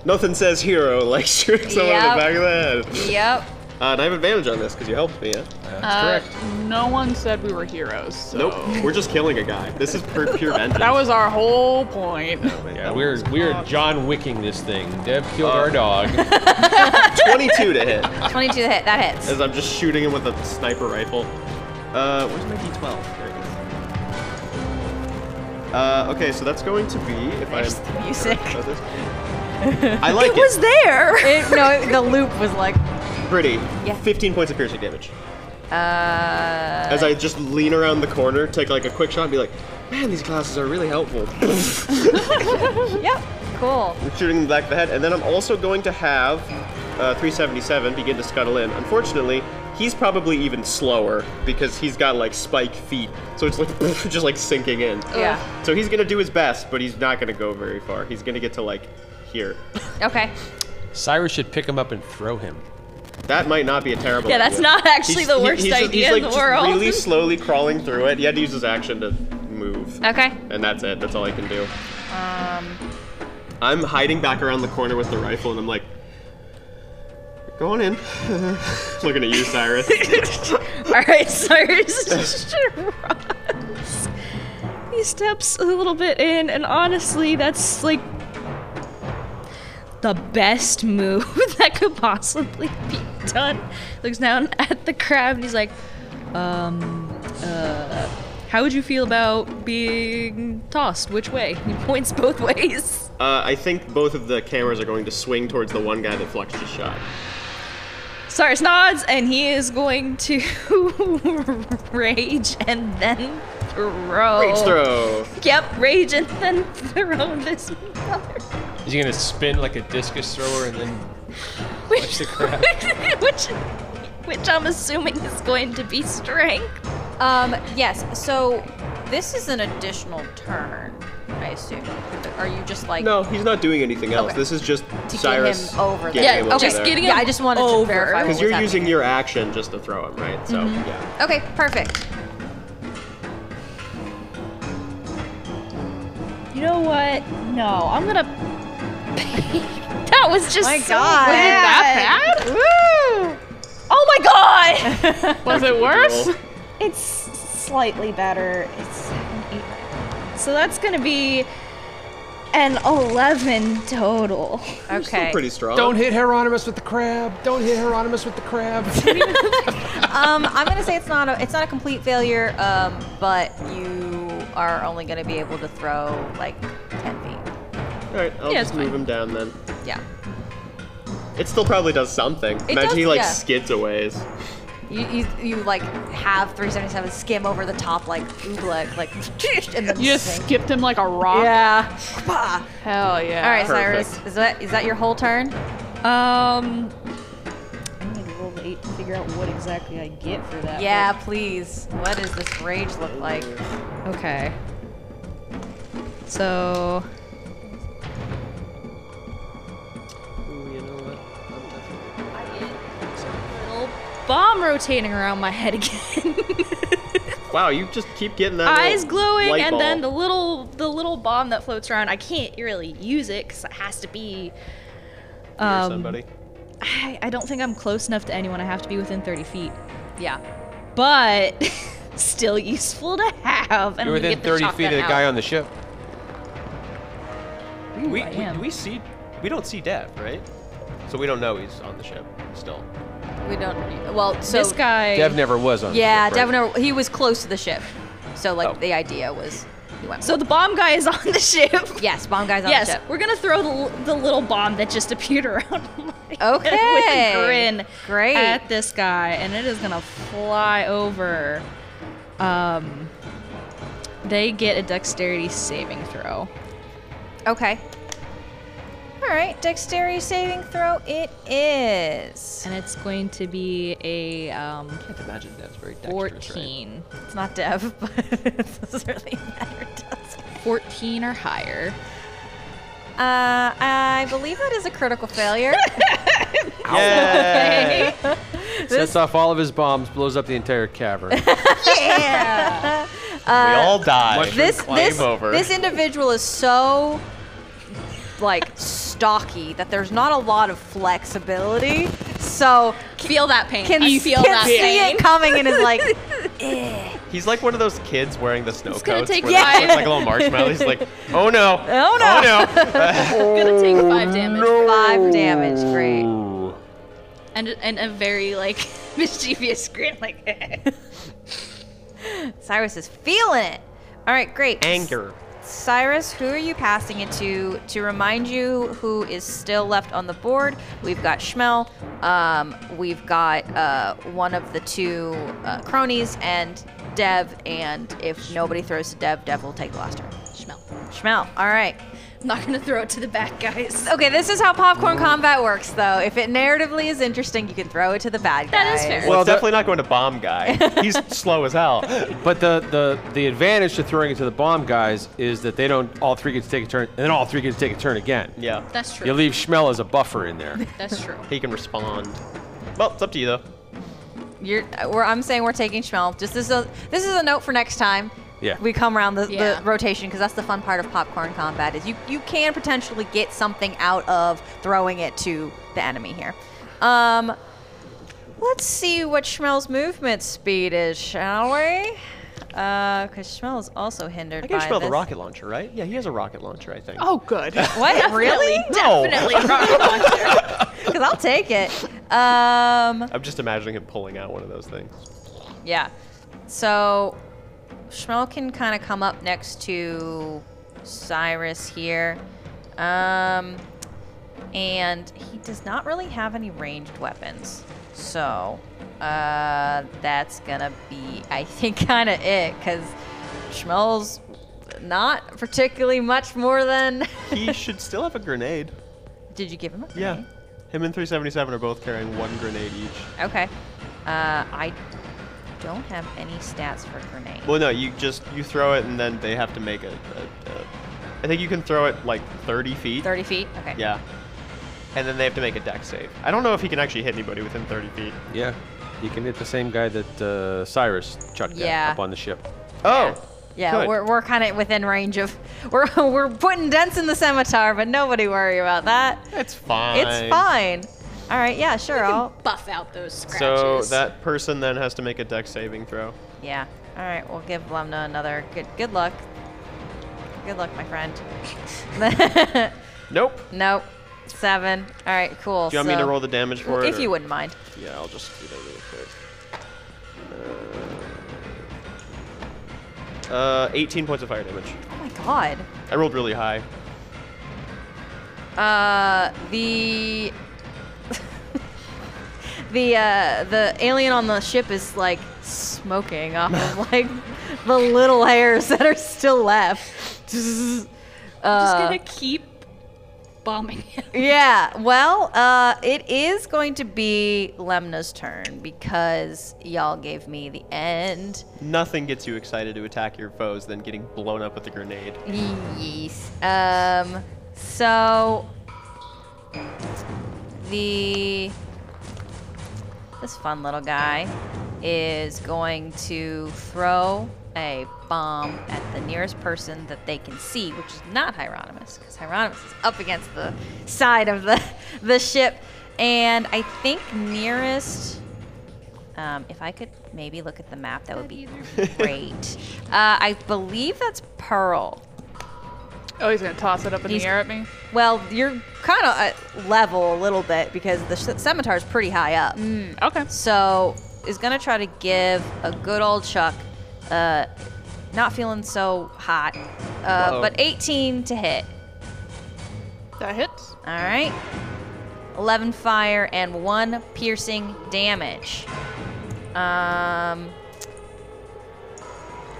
Nothing says hero like shooting someone in Yep. the back of the head. Yep. Uh, and I have advantage on this because you helped me. Yeah. Uh, No one said we were heroes. So. Nope. We're just killing a guy. This is pure, pure vengeance. That was our whole point. Yeah, we're we're John Wicking this thing. Dev killed our dog. 22 to hit. 22 to hit. That hits. As I'm just shooting him with a sniper rifle. Uh, where's my d12? There it is. Uh, okay, so that's going to be if There's I'm the music. about this. I like it. was there. no, it- the loop was like. Pretty. Yeah. 15 points of piercing damage. Uh. As I just lean around the corner, take like a quick shot, and be like, "Man, these glasses are really helpful." Yep. Cool. I'm shooting in the back of the head, and then I'm also going to have uh, 377 begin to scuttle in. Unfortunately, he's probably even slower because he's got like spike feet, so it's like just like sinking in. Yeah. So he's gonna do his best, but he's not gonna go very far. He's gonna get to like here. Okay. Cyrus should pick him up and throw him. That might not be a terrible. Yeah, that's idea. not actually the worst he's, he's, idea in like, the just world. Really slowly crawling through it. He had to use his action to move. Okay. And that's it. That's all I can do. Um. I'm hiding back around the corner with the rifle, and I'm like, "Go on in." Looking at you, Cyrus. Uh, All right, Cyrus just arrives. He steps a little bit in, and honestly, that's like the best move that could possibly be done. Looks down at the crab and he's like, um, uh, how would you feel about being tossed? Which way? He points both ways. uh, I think both of the cameras are going to swing towards the one guy that Flux just shot. Cyrus nods, and he is going to rage and then throw. Rage throw. Yep, rage and then throw this mother. Is he gonna spin like a discus thrower and then Which, the crab. which, which I'm assuming is going to be strength. Um. Yes. So, this is an additional turn. Oh, I assume. Are you just like? No, he's not doing anything else. Okay. This is just To Cyrus get him over there. getting him over just there. getting Yeah, him I just wanted over. Mm-hmm. to verify what Because you're was using your action just to throw him, right? So yeah. happening. Okay. Perfect. know what? No, I'm gonna. that was just. My so God. Was it that bad. Oh my god! Was it worse? It's slightly better. It's seven, eight. So that's gonna be an 11 total. Okay. Pretty strong. Don't hit Hieronymus with the crab. Don't hit Hieronymus with the crab. Um, I'm gonna say it's not a it's not a complete failure, um, but you are only gonna be able to throw like ten feet. All right, I'll Yeah, just it's move him down then. Yeah. It still probably does something. Imagine does, he like yeah. skids a ways. You, you, you like have 377 skim over the top like oobleck like and then You just sink. skipped him like a rock. yeah. Bah. Hell yeah. All right, Perfect. Cyrus, is that is that your whole turn? Um. I need to roll the 8 to figure out what exactly I get for that. Yeah, please. What does this rage look like? Okay. So. Little bomb rotating around my head again. Wow, you just keep getting that. little Eyes glowing, light and ball. then the little the little bomb that floats around. I can't really use it because it has to be. You're Um, somebody. I, I don't think I'm close enough to anyone. I have to be within 30 feet, Yeah. but still useful to have. And You're I'm within gonna get the 30 feet of shotgun the guy out. on the ship. We, I we, am. we see we don't see Dev, right? So we don't know he's on the ship still. We don't. Well, so this guy. Dev never was on. Yeah, the ship, right? Devner. He was close to the ship, so like Oh. the idea was he went. So the bomb guy is on the ship. yes, bomb guys on yes, the ship. we're gonna throw the, the little bomb that just appeared around. my head Okay. with a grin Great. at this guy, and it is gonna fly over. Um, they get a dexterity saving throw. Okay. All right, dexterity saving throw. It is. And it's going to be a um, can't imagine that's very dexterous, right? 14. It's not dev, but it doesn't really matter, does it? 14 or higher. Uh, I believe that is a critical failure. Yeah. Sets off all of his bombs, blows up the entire cavern. we all die. Mushroom this claim this over. this individual is so like stocky that there's not a lot of flexibility. So Feel that pain. can I feel can that see pain. it coming and is like, He's like one of those kids wearing the snow gonna coats. take where they five. look like a little marshmallow. He's like, oh no, oh no, gonna take Oh, five damage. five damage, great. And, and a very like mischievous grin, like. Cyrus is feeling it. All right, great. anger. Cyrus, who are you passing it to? To remind you who is still left on the board, we've got Schmel, um, we've got uh, one of the two uh, cronies, and Dev. And if nobody throws to Dev, Dev will take the last turn. Schmel. Schmel, all right. I'm not gonna throw it to the bad guys. Okay, this is how popcorn combat works, though. If it narratively is interesting, you can throw it to the bad guys. That is fair. Well, Well, it's the- definitely not going to bomb guy. He's slow as hell. But the, the the advantage to throwing it to the bomb guys is that they don't all three get to take a turn, and then all three get to take a turn again. Yeah, That's You true. leave Schmel as a buffer in there. That's true. he can respond. Well, it's up to you though. You're, we're, I'm saying we're taking Schmel. Just this is a, this is a note for next time. Yeah. We come around the, Yeah. the rotation because that's the fun part of popcorn combat is you you can potentially get something out of throwing it to the enemy here. Um, let's see what Schmel's movement speed is, shall we? Because Schmel is also hindered I can by spell this. the rocket launcher, right? Yeah, he has a rocket launcher, I think. Oh, good. What really? Definitely rocket launcher. Because I'll take it. Um, I'm just imagining him pulling out one of those things. Yeah. So Schmel can kind of come up next to Cyrus here. Um, and he does not really have any ranged weapons. So uh, that's going to be, I think, kind of it because Schmel's not particularly much more than. He should still have a grenade. Did you give him a Yeah. grenade? Him and 377 are both carrying one grenade each. Okay. Uh, I don't have any stats for grenade. Well, no, you just you throw it and then they have to make a. a, a I think you can throw it like 30 feet. 30 feet? Okay. Yeah. And then they have to make a deck save. I don't know if he can actually hit anybody within 30 feet. Yeah, you can hit the same guy that uh, Cyrus chucked at Yeah. up on the ship. Oh, Yeah, Good. we're, we're kind of within range of we're we're putting dents in the scimitar, but nobody worry about that. It's fine. It's fine. All right, yeah, sure. I'll buff out those scratches. So that person then has to make a deck saving throw. yeah. All right, we'll give Lemna another good good luck. Good luck, my friend. Nope. nope, seven. All right, cool. Do you want me to so- roll the damage for it, If you or- wouldn't mind. Yeah, I'll just do that really quick. Uh, 18 points of fire damage. Oh my god. I rolled really high. Uh, the the uh, the alien on the ship is like smoking off of like the little hairs that are still left. I'm just Uh, gonna keep bombing him. yeah. Well, uh, it is going to be Lemna's turn because y'all gave me the end. Nothing gets you excited to attack your foes than getting blown up with a grenade. Yes. Um. So the this fun little guy is going to throw a bomb at the nearest person that they can see, which is not Hieronymus, because Hieronymus is up against the side of the the ship, and I think nearest. Um, if I could maybe look at the map, that would be great. Uh, I believe that's Pearl. Oh, he's gonna toss it up in He's- the air at me. Well, you're kind of at level a little bit because the sh- scimitar is pretty high up. okay. So is gonna try to give a good old chuck. Uh, not feeling so hot, uh, Uh-oh. but 18 to hit. That hits. All right. 11 fire and 1 piercing damage. Um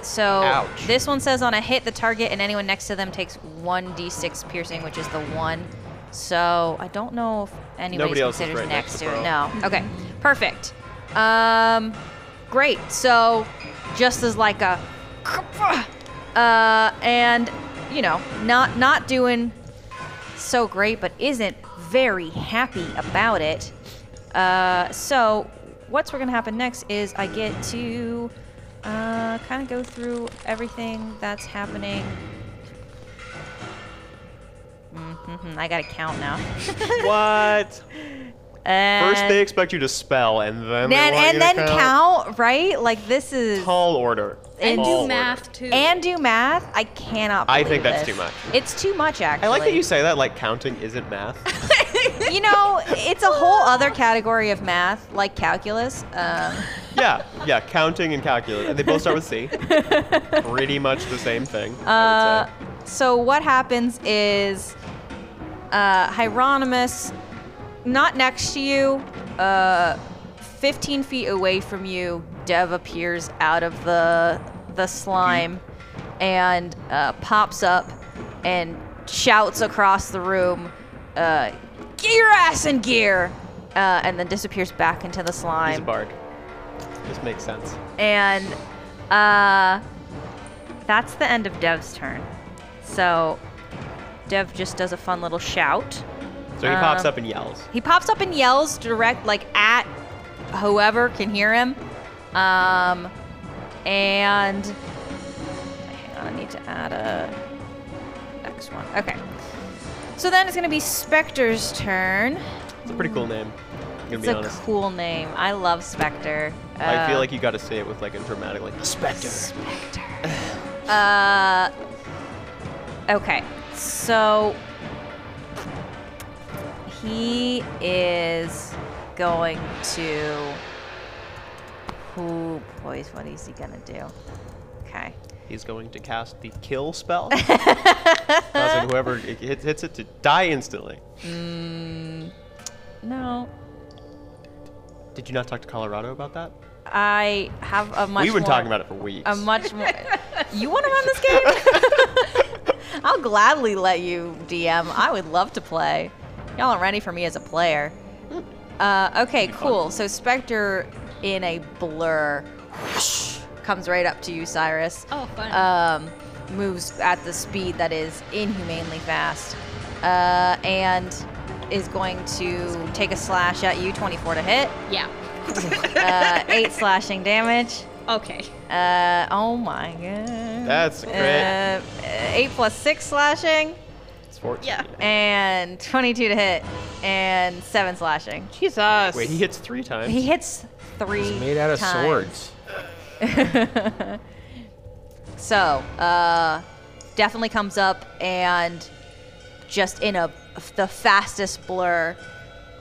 so Ouch. this one says on a hit the target and anyone next to them takes 1d6 piercing, which is the 1. So I don't know if anybody's Nobody else is considered right next next to to Pearl. no. Okay. Perfect. Um great. So just as like a uh, and you know, not not doing so great, but isn't very happy about it. Uh, so what's going to happen next is I get to uh, kind of go through everything that's happening. hmm I gotta count now. what? First, And- they expect you to spell, and then they and, want and you then to count. count, right? Like this is Tall order. Tall order. too. And do math. I cannot. I think believe that's this. too much. It's too much, actually. I like that you say that. Like counting isn't math. you know, it's a whole other category of math, like calculus. Um, yeah, yeah. Counting and calculus. and They both start with C. Pretty much the same thing. uh, so what happens is uh, Hieronymus, not next to you, uh, 15 feet away from you, Dev appears out of the the slime and uh, pops up and shouts across the room, uh, "Get your ass in gear!" Uh, and then disappears back into the slime. He's a bard. This makes sense. And uh, that's the end of Dev's turn. So Dev just does a fun little shout. So he pops Um, up and yells. He pops up and yells direct, like at whoever can hear him. Um, and hang on, I need to add a next one. Okay. So then it's gonna be Spectre's turn. It's a pretty cool name. I'm gonna It's be a honest. cool name. I love Spectre. I feel Uh, like you got to say it with like a dramatic like specter. Uh, okay, so he is going to. Who, boys, what is he gonna do? Okay. He's going to cast the kill spell, causing whoever it hits, hits it to die instantly. Mm, no, Did you not talk to Colorado about that? I have a much. we have been more- talking about it for weeks. A much more. you want to run this game? I'll gladly let you DM. I would love to play. Y'all aren't ready for me as a player. Uh, okay, cool. So Spectre, in a blur, comes right up to you, Cyrus. Oh, fun. uh, Um, moves at the speed that is inhumanely fast, uh, and is going to take a slash at you, 24 to hit Yeah. uh, eight slashing damage. Okay. Uh, oh my god. That's a crit. Uh, eight plus six slashing. It's 14. Yeah. And 22 to hit. And seven slashing. Jesus. Wait, he hits three times. He hits three. It's made out of times. swords. So, uh, definitely comes up and just in a the fastest blur,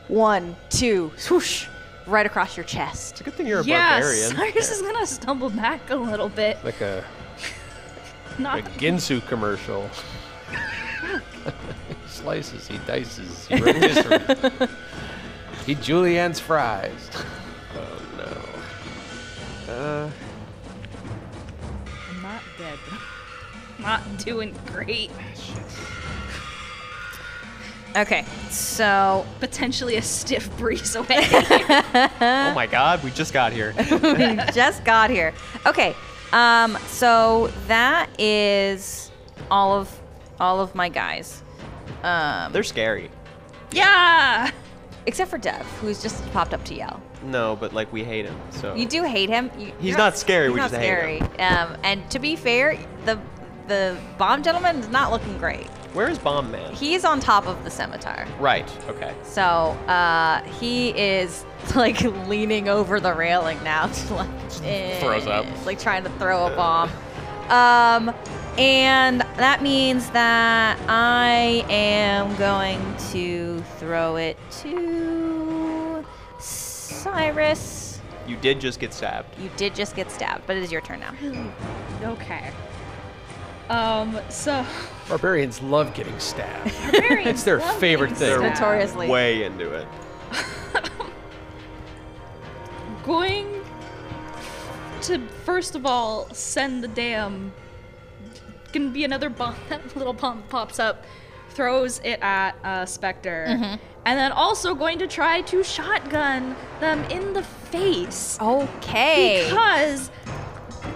one, two, swoosh, right across your chest. Good thing you're a yeah, barbarian. Cyrus is gonna stumble back a little bit. Like a, a Not Ginsu commercial. he slices, he dices, he rotisseries. he julienne's fries. Oh no. Uh, I'm not dead. Not doing great. Okay, so Potentially a stiff breeze away. oh my god, we just got here. we just got here. Okay, um, so that is all of all of my guys, um, They're scary. yeah. except for Dev, who's just popped up to yell. No, but like we hate him. So You do hate him. You, He's you're not scary, He's we not just hate scary. Um, and to be fair, the the bomb gentleman is not looking great. Where is Bomb Man? He is on top of the scimitar, Right. Okay. so uh, he is like leaning over the railing now, to, like eh, Throws up. like trying to throw a bomb. um, and that means that I am going to throw it to Cyrus. You did just get stabbed. You did just get stabbed, but it is your turn now. Okay. Um. So. Barbarians love getting stabbed. Barbarians it's their love favorite getting thing. stabbed. Notoriously. Way into it. going to first of all send the damn gonna be another bomb that little bomb pops up throws it at uh, specter and then also going to try to shotgun them in the face Okay. because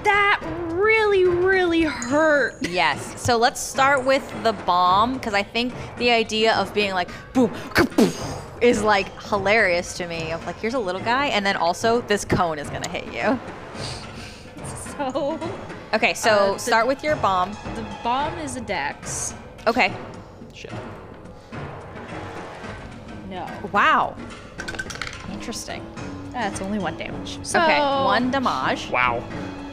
that really really hurt yes. So let's start with the bomb because I think the idea of being like boom kaboom, is like hilarious to me. Of like, here's a little guy, and then also this cone is gonna hit you. so Okay, so Uh, the- start with your bomb. the bomb is a dex Okay. Shit. no Wow. Interesting. that's only one damage so okay, one damage. Wow.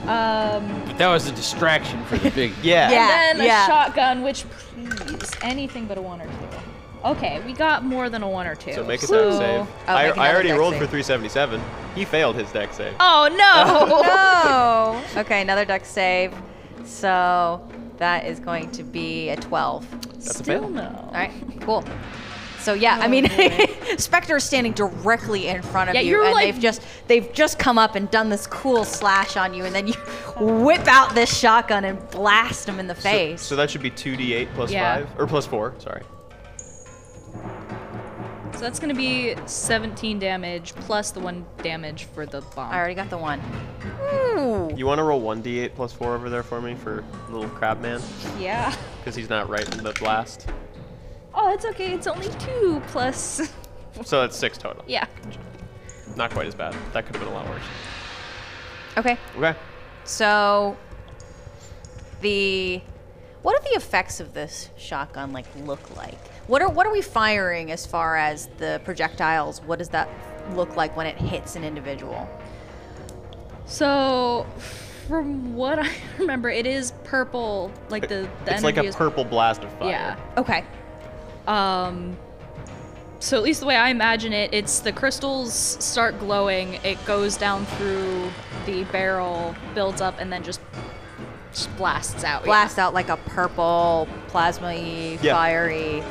um But that was a distraction for the big. Yeah. Yeah. and then yeah. a shotgun, which please, anything but a one or two. Okay, we got more than a one or two. So make a so- deck save. Oh, I, I make another already dex rolled save. for 377. He failed his deck save. Oh no! Oh, No. Okay, another duck save. So that is going to be a 12. That's a Still fail. no. All right, cool. So yeah, I mean, Spectre is standing directly in front of Yeah, you, you're and like- they've just they've just come up and done this cool slash on you, and then you whip out this shotgun and blast them in the So, face. so that should be 2d8 plus Yeah. 5. Or plus 4, sorry. So that's gonna be 17 damage plus the one damage for the bomb. I already got the one. You want to roll 1d8 plus 4 over there for me for little crab man? Yeah. Because he's not right in the blast. Oh, it's okay. It's only two plus. So that's 6 total. Yeah. Not quite as bad. That could have been a lot worse. Okay, Okay. so the what do the effects of this shotgun like look like? What are what are we firing as far as the projectiles? What does that look like when it hits an individual? So, from what I remember, it is purple. Like the, it's the energy like a is purple blast of fire. Yeah. Okay, Um, so at least the way I imagine it, it's the crystals start glowing. It goes down through the barrel, builds up, and then just, just blasts out. yeah. blast out like a purple plasma y Yeah. fiery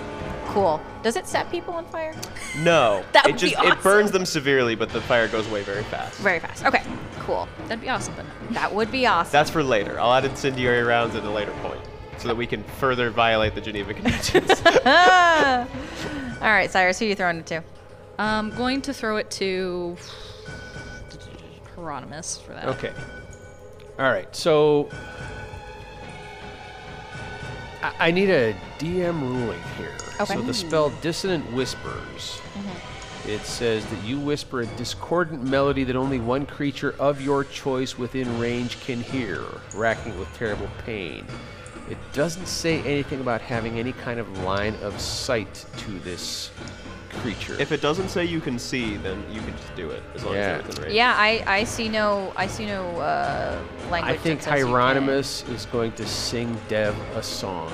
cool does it set people on fire No. That it would be just awesome. it burns them severely, but the fire goes away very fast. very fast okay cool That'd be awesome, but no. that would be awesome That's for later. I'll add incendiary rounds at a later point. So that we can further violate the Geneva Conventions. Ah! all right cyrus who you throwing it to I'm going to throw it to Hieronymus for that. Okay. All right. So I, I need a DM ruling here. Okay. So the spell Dissonant Whispers It says that you whisper a discordant melody that only one creature of your choice within range can hear, racking it with terrible pain. It doesn't say anything about having any kind of line of sight to this creature. If it doesn't say you can see, then you can just do it as long Yeah. as you're within range. Yeah, I, I see no I see no uh, language. I think that says you Hieronymus is going to sing Dev a song.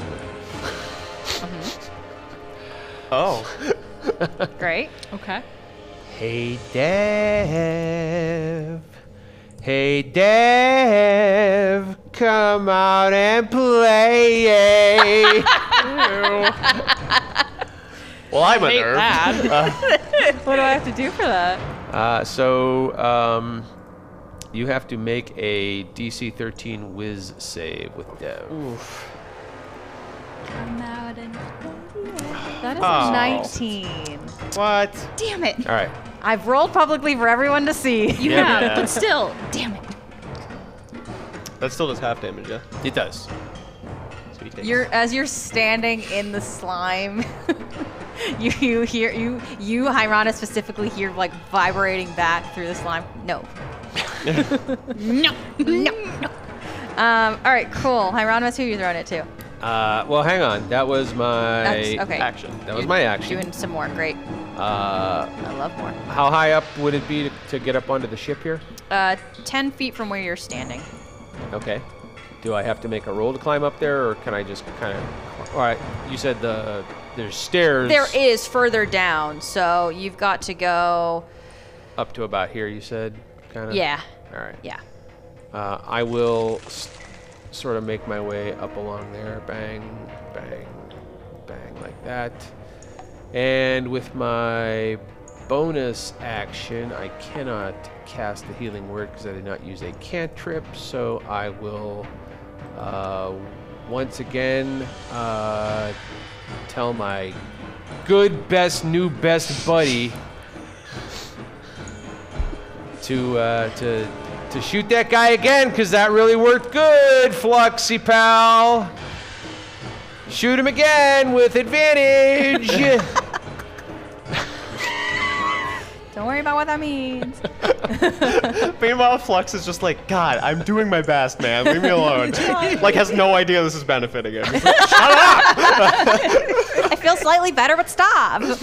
Oh. can. Great. Okay. Hey Dev. Hey Dev, come out and play. Well, I'm a hate nerd. that. Uh, what do I have to do for that? uh, so um, you have to make a DC 13 Wiz save with Dev. Come out and That is Oh. a 19. What? damn it. All right. I've rolled publicly for everyone to see. You Yeah. have, Yeah. but still, damn it. that still does half damage, yeah? It does. So he takes- You're as you're standing in the slime. you you hear you you Hyrana specifically hear like vibrating back through the slime. No. no. No. No. Um, all right, cool. Hieronymus, who you throwing it to? Uh, well, hang on. That was my That's- okay. action. That was You're my action. Doing some more. Great. Uh, I love more. how high up would it be to, to get up onto the ship here? Uh, 10 feet from where you're standing. Okay. Do I have to make a roll to climb up there, or can I just kind of? All right. You said the there's stairs There is further down, so you've got to go. up to about here. You said kind of. Yeah. All right. Yeah. Uh, I will s- sort of make my way up along there. Bang, bang, bang, like that. And with my bonus action, I cannot cast the healing word because I did not use a cantrip, so I will uh, once again uh, tell my good, best, new, best buddy to uh, to to shoot that guy again because that really worked good, Fluxy pal. Shoot him again with advantage. Don't worry about what that means. Meanwhile, Flux is just like, God, I'm doing my best, man. Leave me alone. like, has no idea this is benefiting him. He's like, I feel slightly better, but stop. All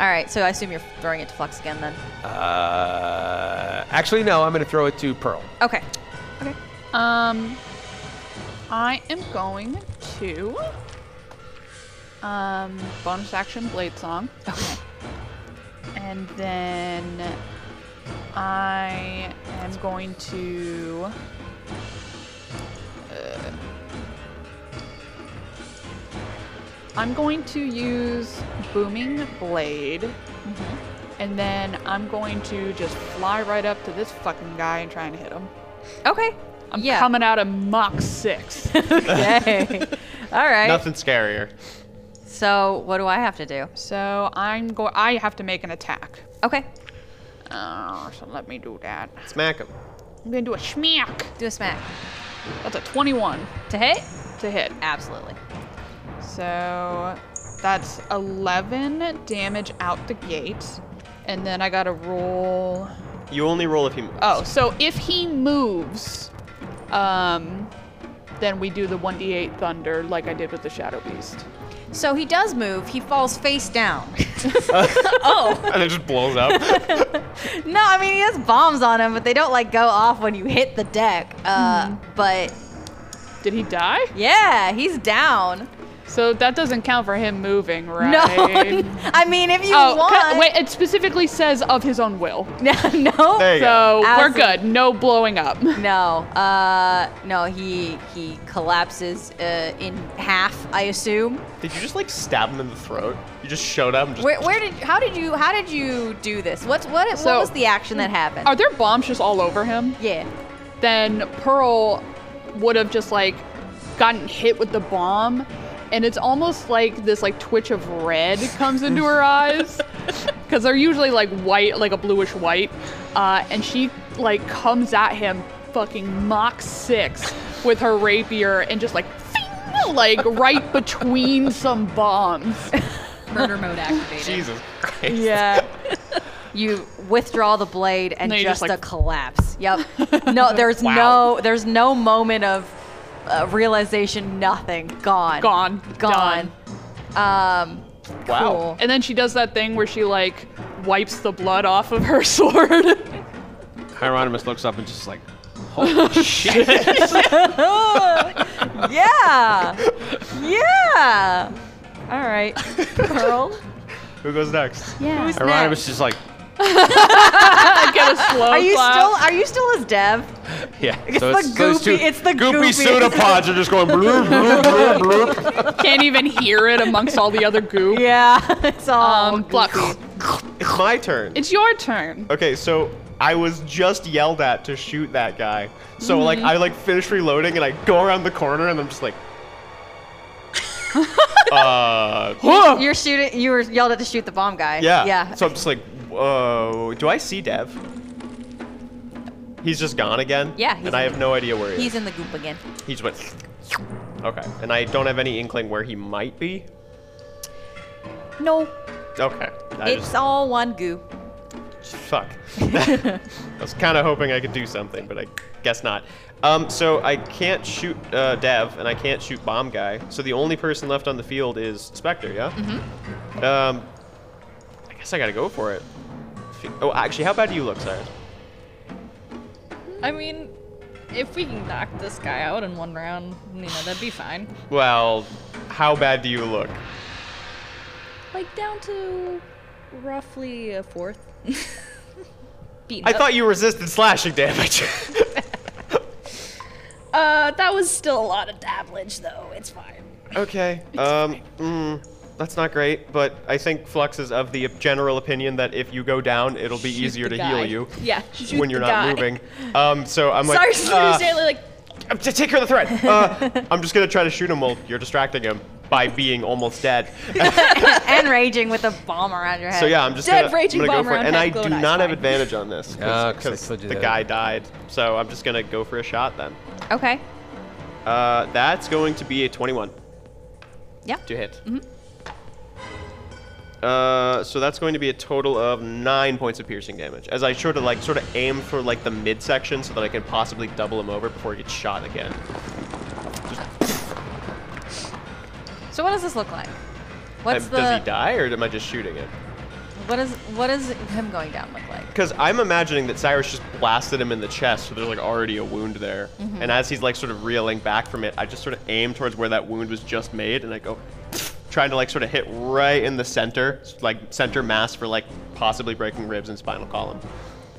right, so I assume you're throwing it to Flux again then. uh, actually, no, I'm gonna throw it to Pearl. Okay. Um, I am going to um bonus action blade song. Okay. And then I am going to. uh, I'm going to use booming blade. And then I'm going to just fly right up to this fucking guy and try and hit him. Okay. I'm yeah. coming out of Mach 6. Okay. All right. Nothing scarier. So what do I have to do? so I'm go I have to make an attack. Okay. Oh, so let me do that. Smack him. I'm gonna do a schmack. Do a smack. That's a 21 To hit? to hit. Absolutely. So that's 11 damage out the gate. And then I gotta roll. You only roll if he moves. Oh, so if he moves, um, then we do the 1d8 thunder like I did with the Shadow Beast. So he does move. He falls face down. And it just blows up. no, I mean he has bombs on him, but they don't like go off when you hit the deck. Uh, but Did he die? yeah, he's down. So that doesn't count for him moving, right? No, I mean if you Oh, want. ca- wait, it specifically says of his own will. No, no, There you go. So we're Absolutely. good. No blowing up. no. Uh, no. He he collapses uh, in half, I assume. Did you just like stab him in the throat? You just showed up and just. Where, where did how did you how did you do this? What's what So- what was the action that happened? Are there bombs just all over him? yeah. Then Pearl would have just like gotten hit with the bomb. And it's almost like this like twitch of red comes into her eyes. Because they're usually like white, like a bluish white. Uh, and she like comes at him fucking Mach 6 with her rapier and just like, like right between some bombs. Murder mode activated. Jesus Christ. face. Yeah. You withdraw the blade and Then you just, just, a collapse. Yep. No, there's no there's no moment of uh, realization. Nothing. Gone. Gone. Gone. Um. Wow. Cool. And then she does that thing where she like wipes the blood off of her sword. Hieronymus looks up and just like, holy shit. yeah. Yeah. All right. Pearl. Who goes next? Yeah. Who's next? Hieronymus is like, Get a slow Are you clap. still Are you still as Dev? yeah. It's so the it's those goopy- two it's the goopy goopy- pseudopods are just going. bloop, bloop, bloop, bloop. Can't even hear it amongst all the other goop. Yeah. Oh, It's all. Um, Gluck, It's my turn. it's your turn. Okay, so I was just yelled at to shoot that guy. So like I like finish reloading and I go around the corner and I'm just like uh Whoa! You're shooting. You were yelled at to shoot the bomb guy. yeah. Yeah. So I'm just like, "Whoa, do I see Dev?" He's just gone again? Yeah, he's And I in- have no idea where he He's is. in the goop again. He just went Okay. And I don't have any inkling where he might be. No, Okay. I it's just all one goo. Fuck. I was kind of hoping I could do something, but I guess not. Um, so I can't shoot uh, Dev, and I can't shoot Bomb Guy. So the only person left on the field is Spectre, yeah? Mm-hmm. Um, I guess I gotta go for it. Fe- Oh, actually, how bad do you look, Cyrus? I mean, if we can knock this guy out in one round, you know, that'd be fine. Well, how bad do you look? Like down to roughly a fourth. Beaten I up. thought you resisted slashing damage. Uh, that was still a lot of damage, though. It's fine. okay. Um, mm, that's not great, but I think Flux is of the general opinion that if you go down, it'll be easier to heal you. Yeah, shoot when you're the not guy. moving. Um, so I'm like, Sorry, Splinter uh, Daily. Like, I'm t- take care of the threat. Uh, I'm just gonna try to shoot him while you're distracting him by being almost dead. and raging with a bomb around your head. So yeah, I'm just Dead gonna, raging I'm gonna bomb go for it. around And half I glow do and ice not have mine. advantage on this Ah, 'cause I because told you the that. guy died. So I'm just gonna go for a shot then. Okay. Uh, that's going to be a 21 Yeah. to hit. Mm-hmm. Uh, so that's going to be a total of nine points of piercing damage. As I sort of like sort of aim for like the midsection so that I can possibly double him over before he gets shot again. So what does this look like? What's Um, the Does he die or am I just shooting him? what is what is him going down look like? Because I'm imagining that Cyrus just blasted him in the chest, so there's like already a wound there. Mm-hmm. And as he's like sort of reeling back from it, I just sort of aim towards where that wound was just made, and I go trying to like sort of hit right in the center, s- like center mass for like possibly breaking ribs and spinal column.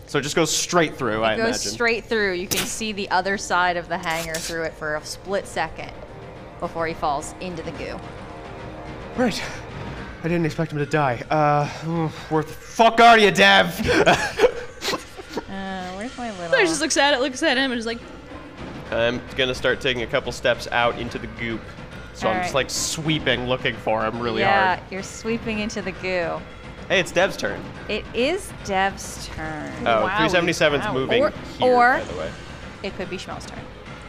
So it just goes straight through. I It goes imagine. straight through. You can see the other side of the hanger through it for a split second before he falls into the goo. Right. I didn't expect him to die. Uh, mm, where the fuck are you, Dev? Uh, where's my little? Splinter just looks at it, looks at him, and is like, I'm gonna start taking a couple steps out into the goop. So I'm All just right. like sweeping, looking for him really yeah, hard. you're sweeping into the goo. Hey, it's Dev's turn. It is Dev's turn. Oh, 377's moving Or- here, or- by the way. It could be Schmel's turn.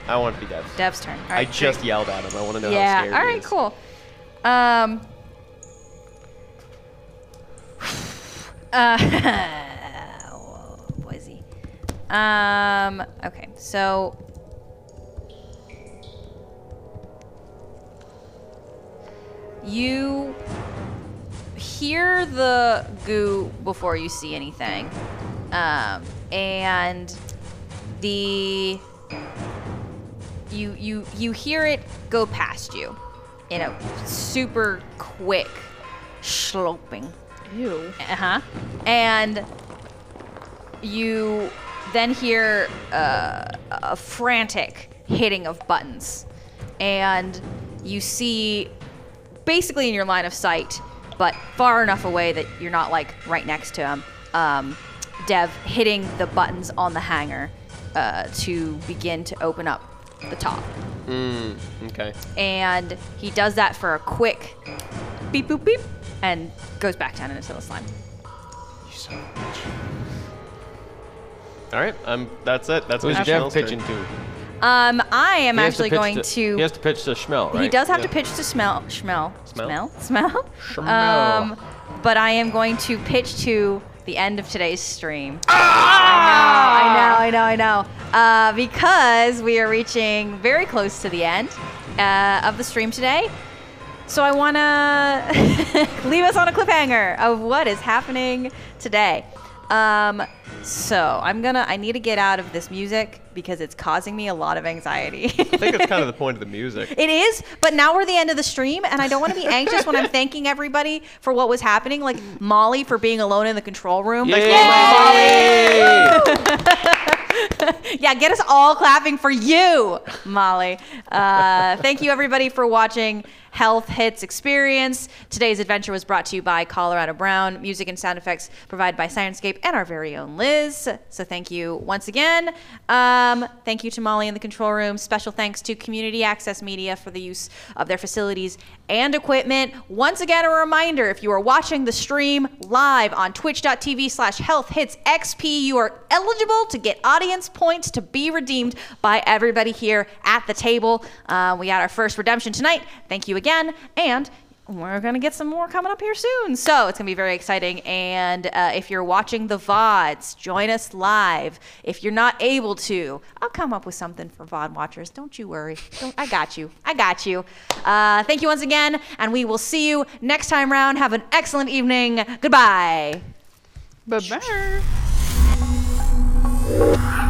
I want to be Dev's. Dev's turn. All I right, just yelled at him. I want to know how Yeah. scared All he right. is. Cool. Um. Uh, what is he? Um. Okay. So. You hear the goo before you see anything, um, and the you you you hear it go past you in a super quick sloping Ew. uh-huh and you then hear uh, a frantic hitting of buttons and you see basically in your line of sight but far enough away that you're not like right next to him um, dev hitting the buttons on the hanger uh, to begin to open up the top Hmm, Okay. and he does that for a quick beep boop beep and goes back down into the slime. All right. Um, that's it. That's Who's Mr. Jeff Snell's pitching turn. to? Um, I am He has actually pitch going to. He has to pitch to Schmel, right? He does have Yeah. to pitch to smell, smell, smell, Smell? smell, smell. Schmel. Um, but I am going to pitch to the end of today's stream. I know, I know, I know. Uh, because we are reaching very close to the end uh, of the stream today. So I want to leave us on a cliffhanger of what is happening today. Um, so I'm gonna. I need to get out of this music because it's causing me a lot of anxiety. I think that's kind of the point of the music. It is, but now we're the end of the stream, and I don't want to be anxious when I'm thanking everybody for what was happening, like Molly for being alone in the control room. Like, Yay! yeah, get us all clapping for you, Molly. Uh, thank you, everybody, for watching Health Hits Experience. Today's adventure was brought to you by Colorado Brown. Music and sound effects provided by Sirenscape and our very own Liz. So thank you once again. Um, thank you to Molly in the control room. Special thanks to Community Access Media for the use of their facilities and equipment. Once again, a reminder if you are watching the stream live on twitch.tv slash health hits XP, you are eligible to get audience points to be redeemed by everybody here at the table. Uh, we got our first redemption tonight. Thank you again. And we're going to get some more coming up here soon. So it's going to be very exciting. And uh, if you're watching the VODs, join us live. If you're not able to, I'll come up with something for VOD watchers. Don't you worry. Don't, I got you. I got you. Uh, thank you once again. And we will see you next time round. Have an excellent evening. Goodbye. Bye bye.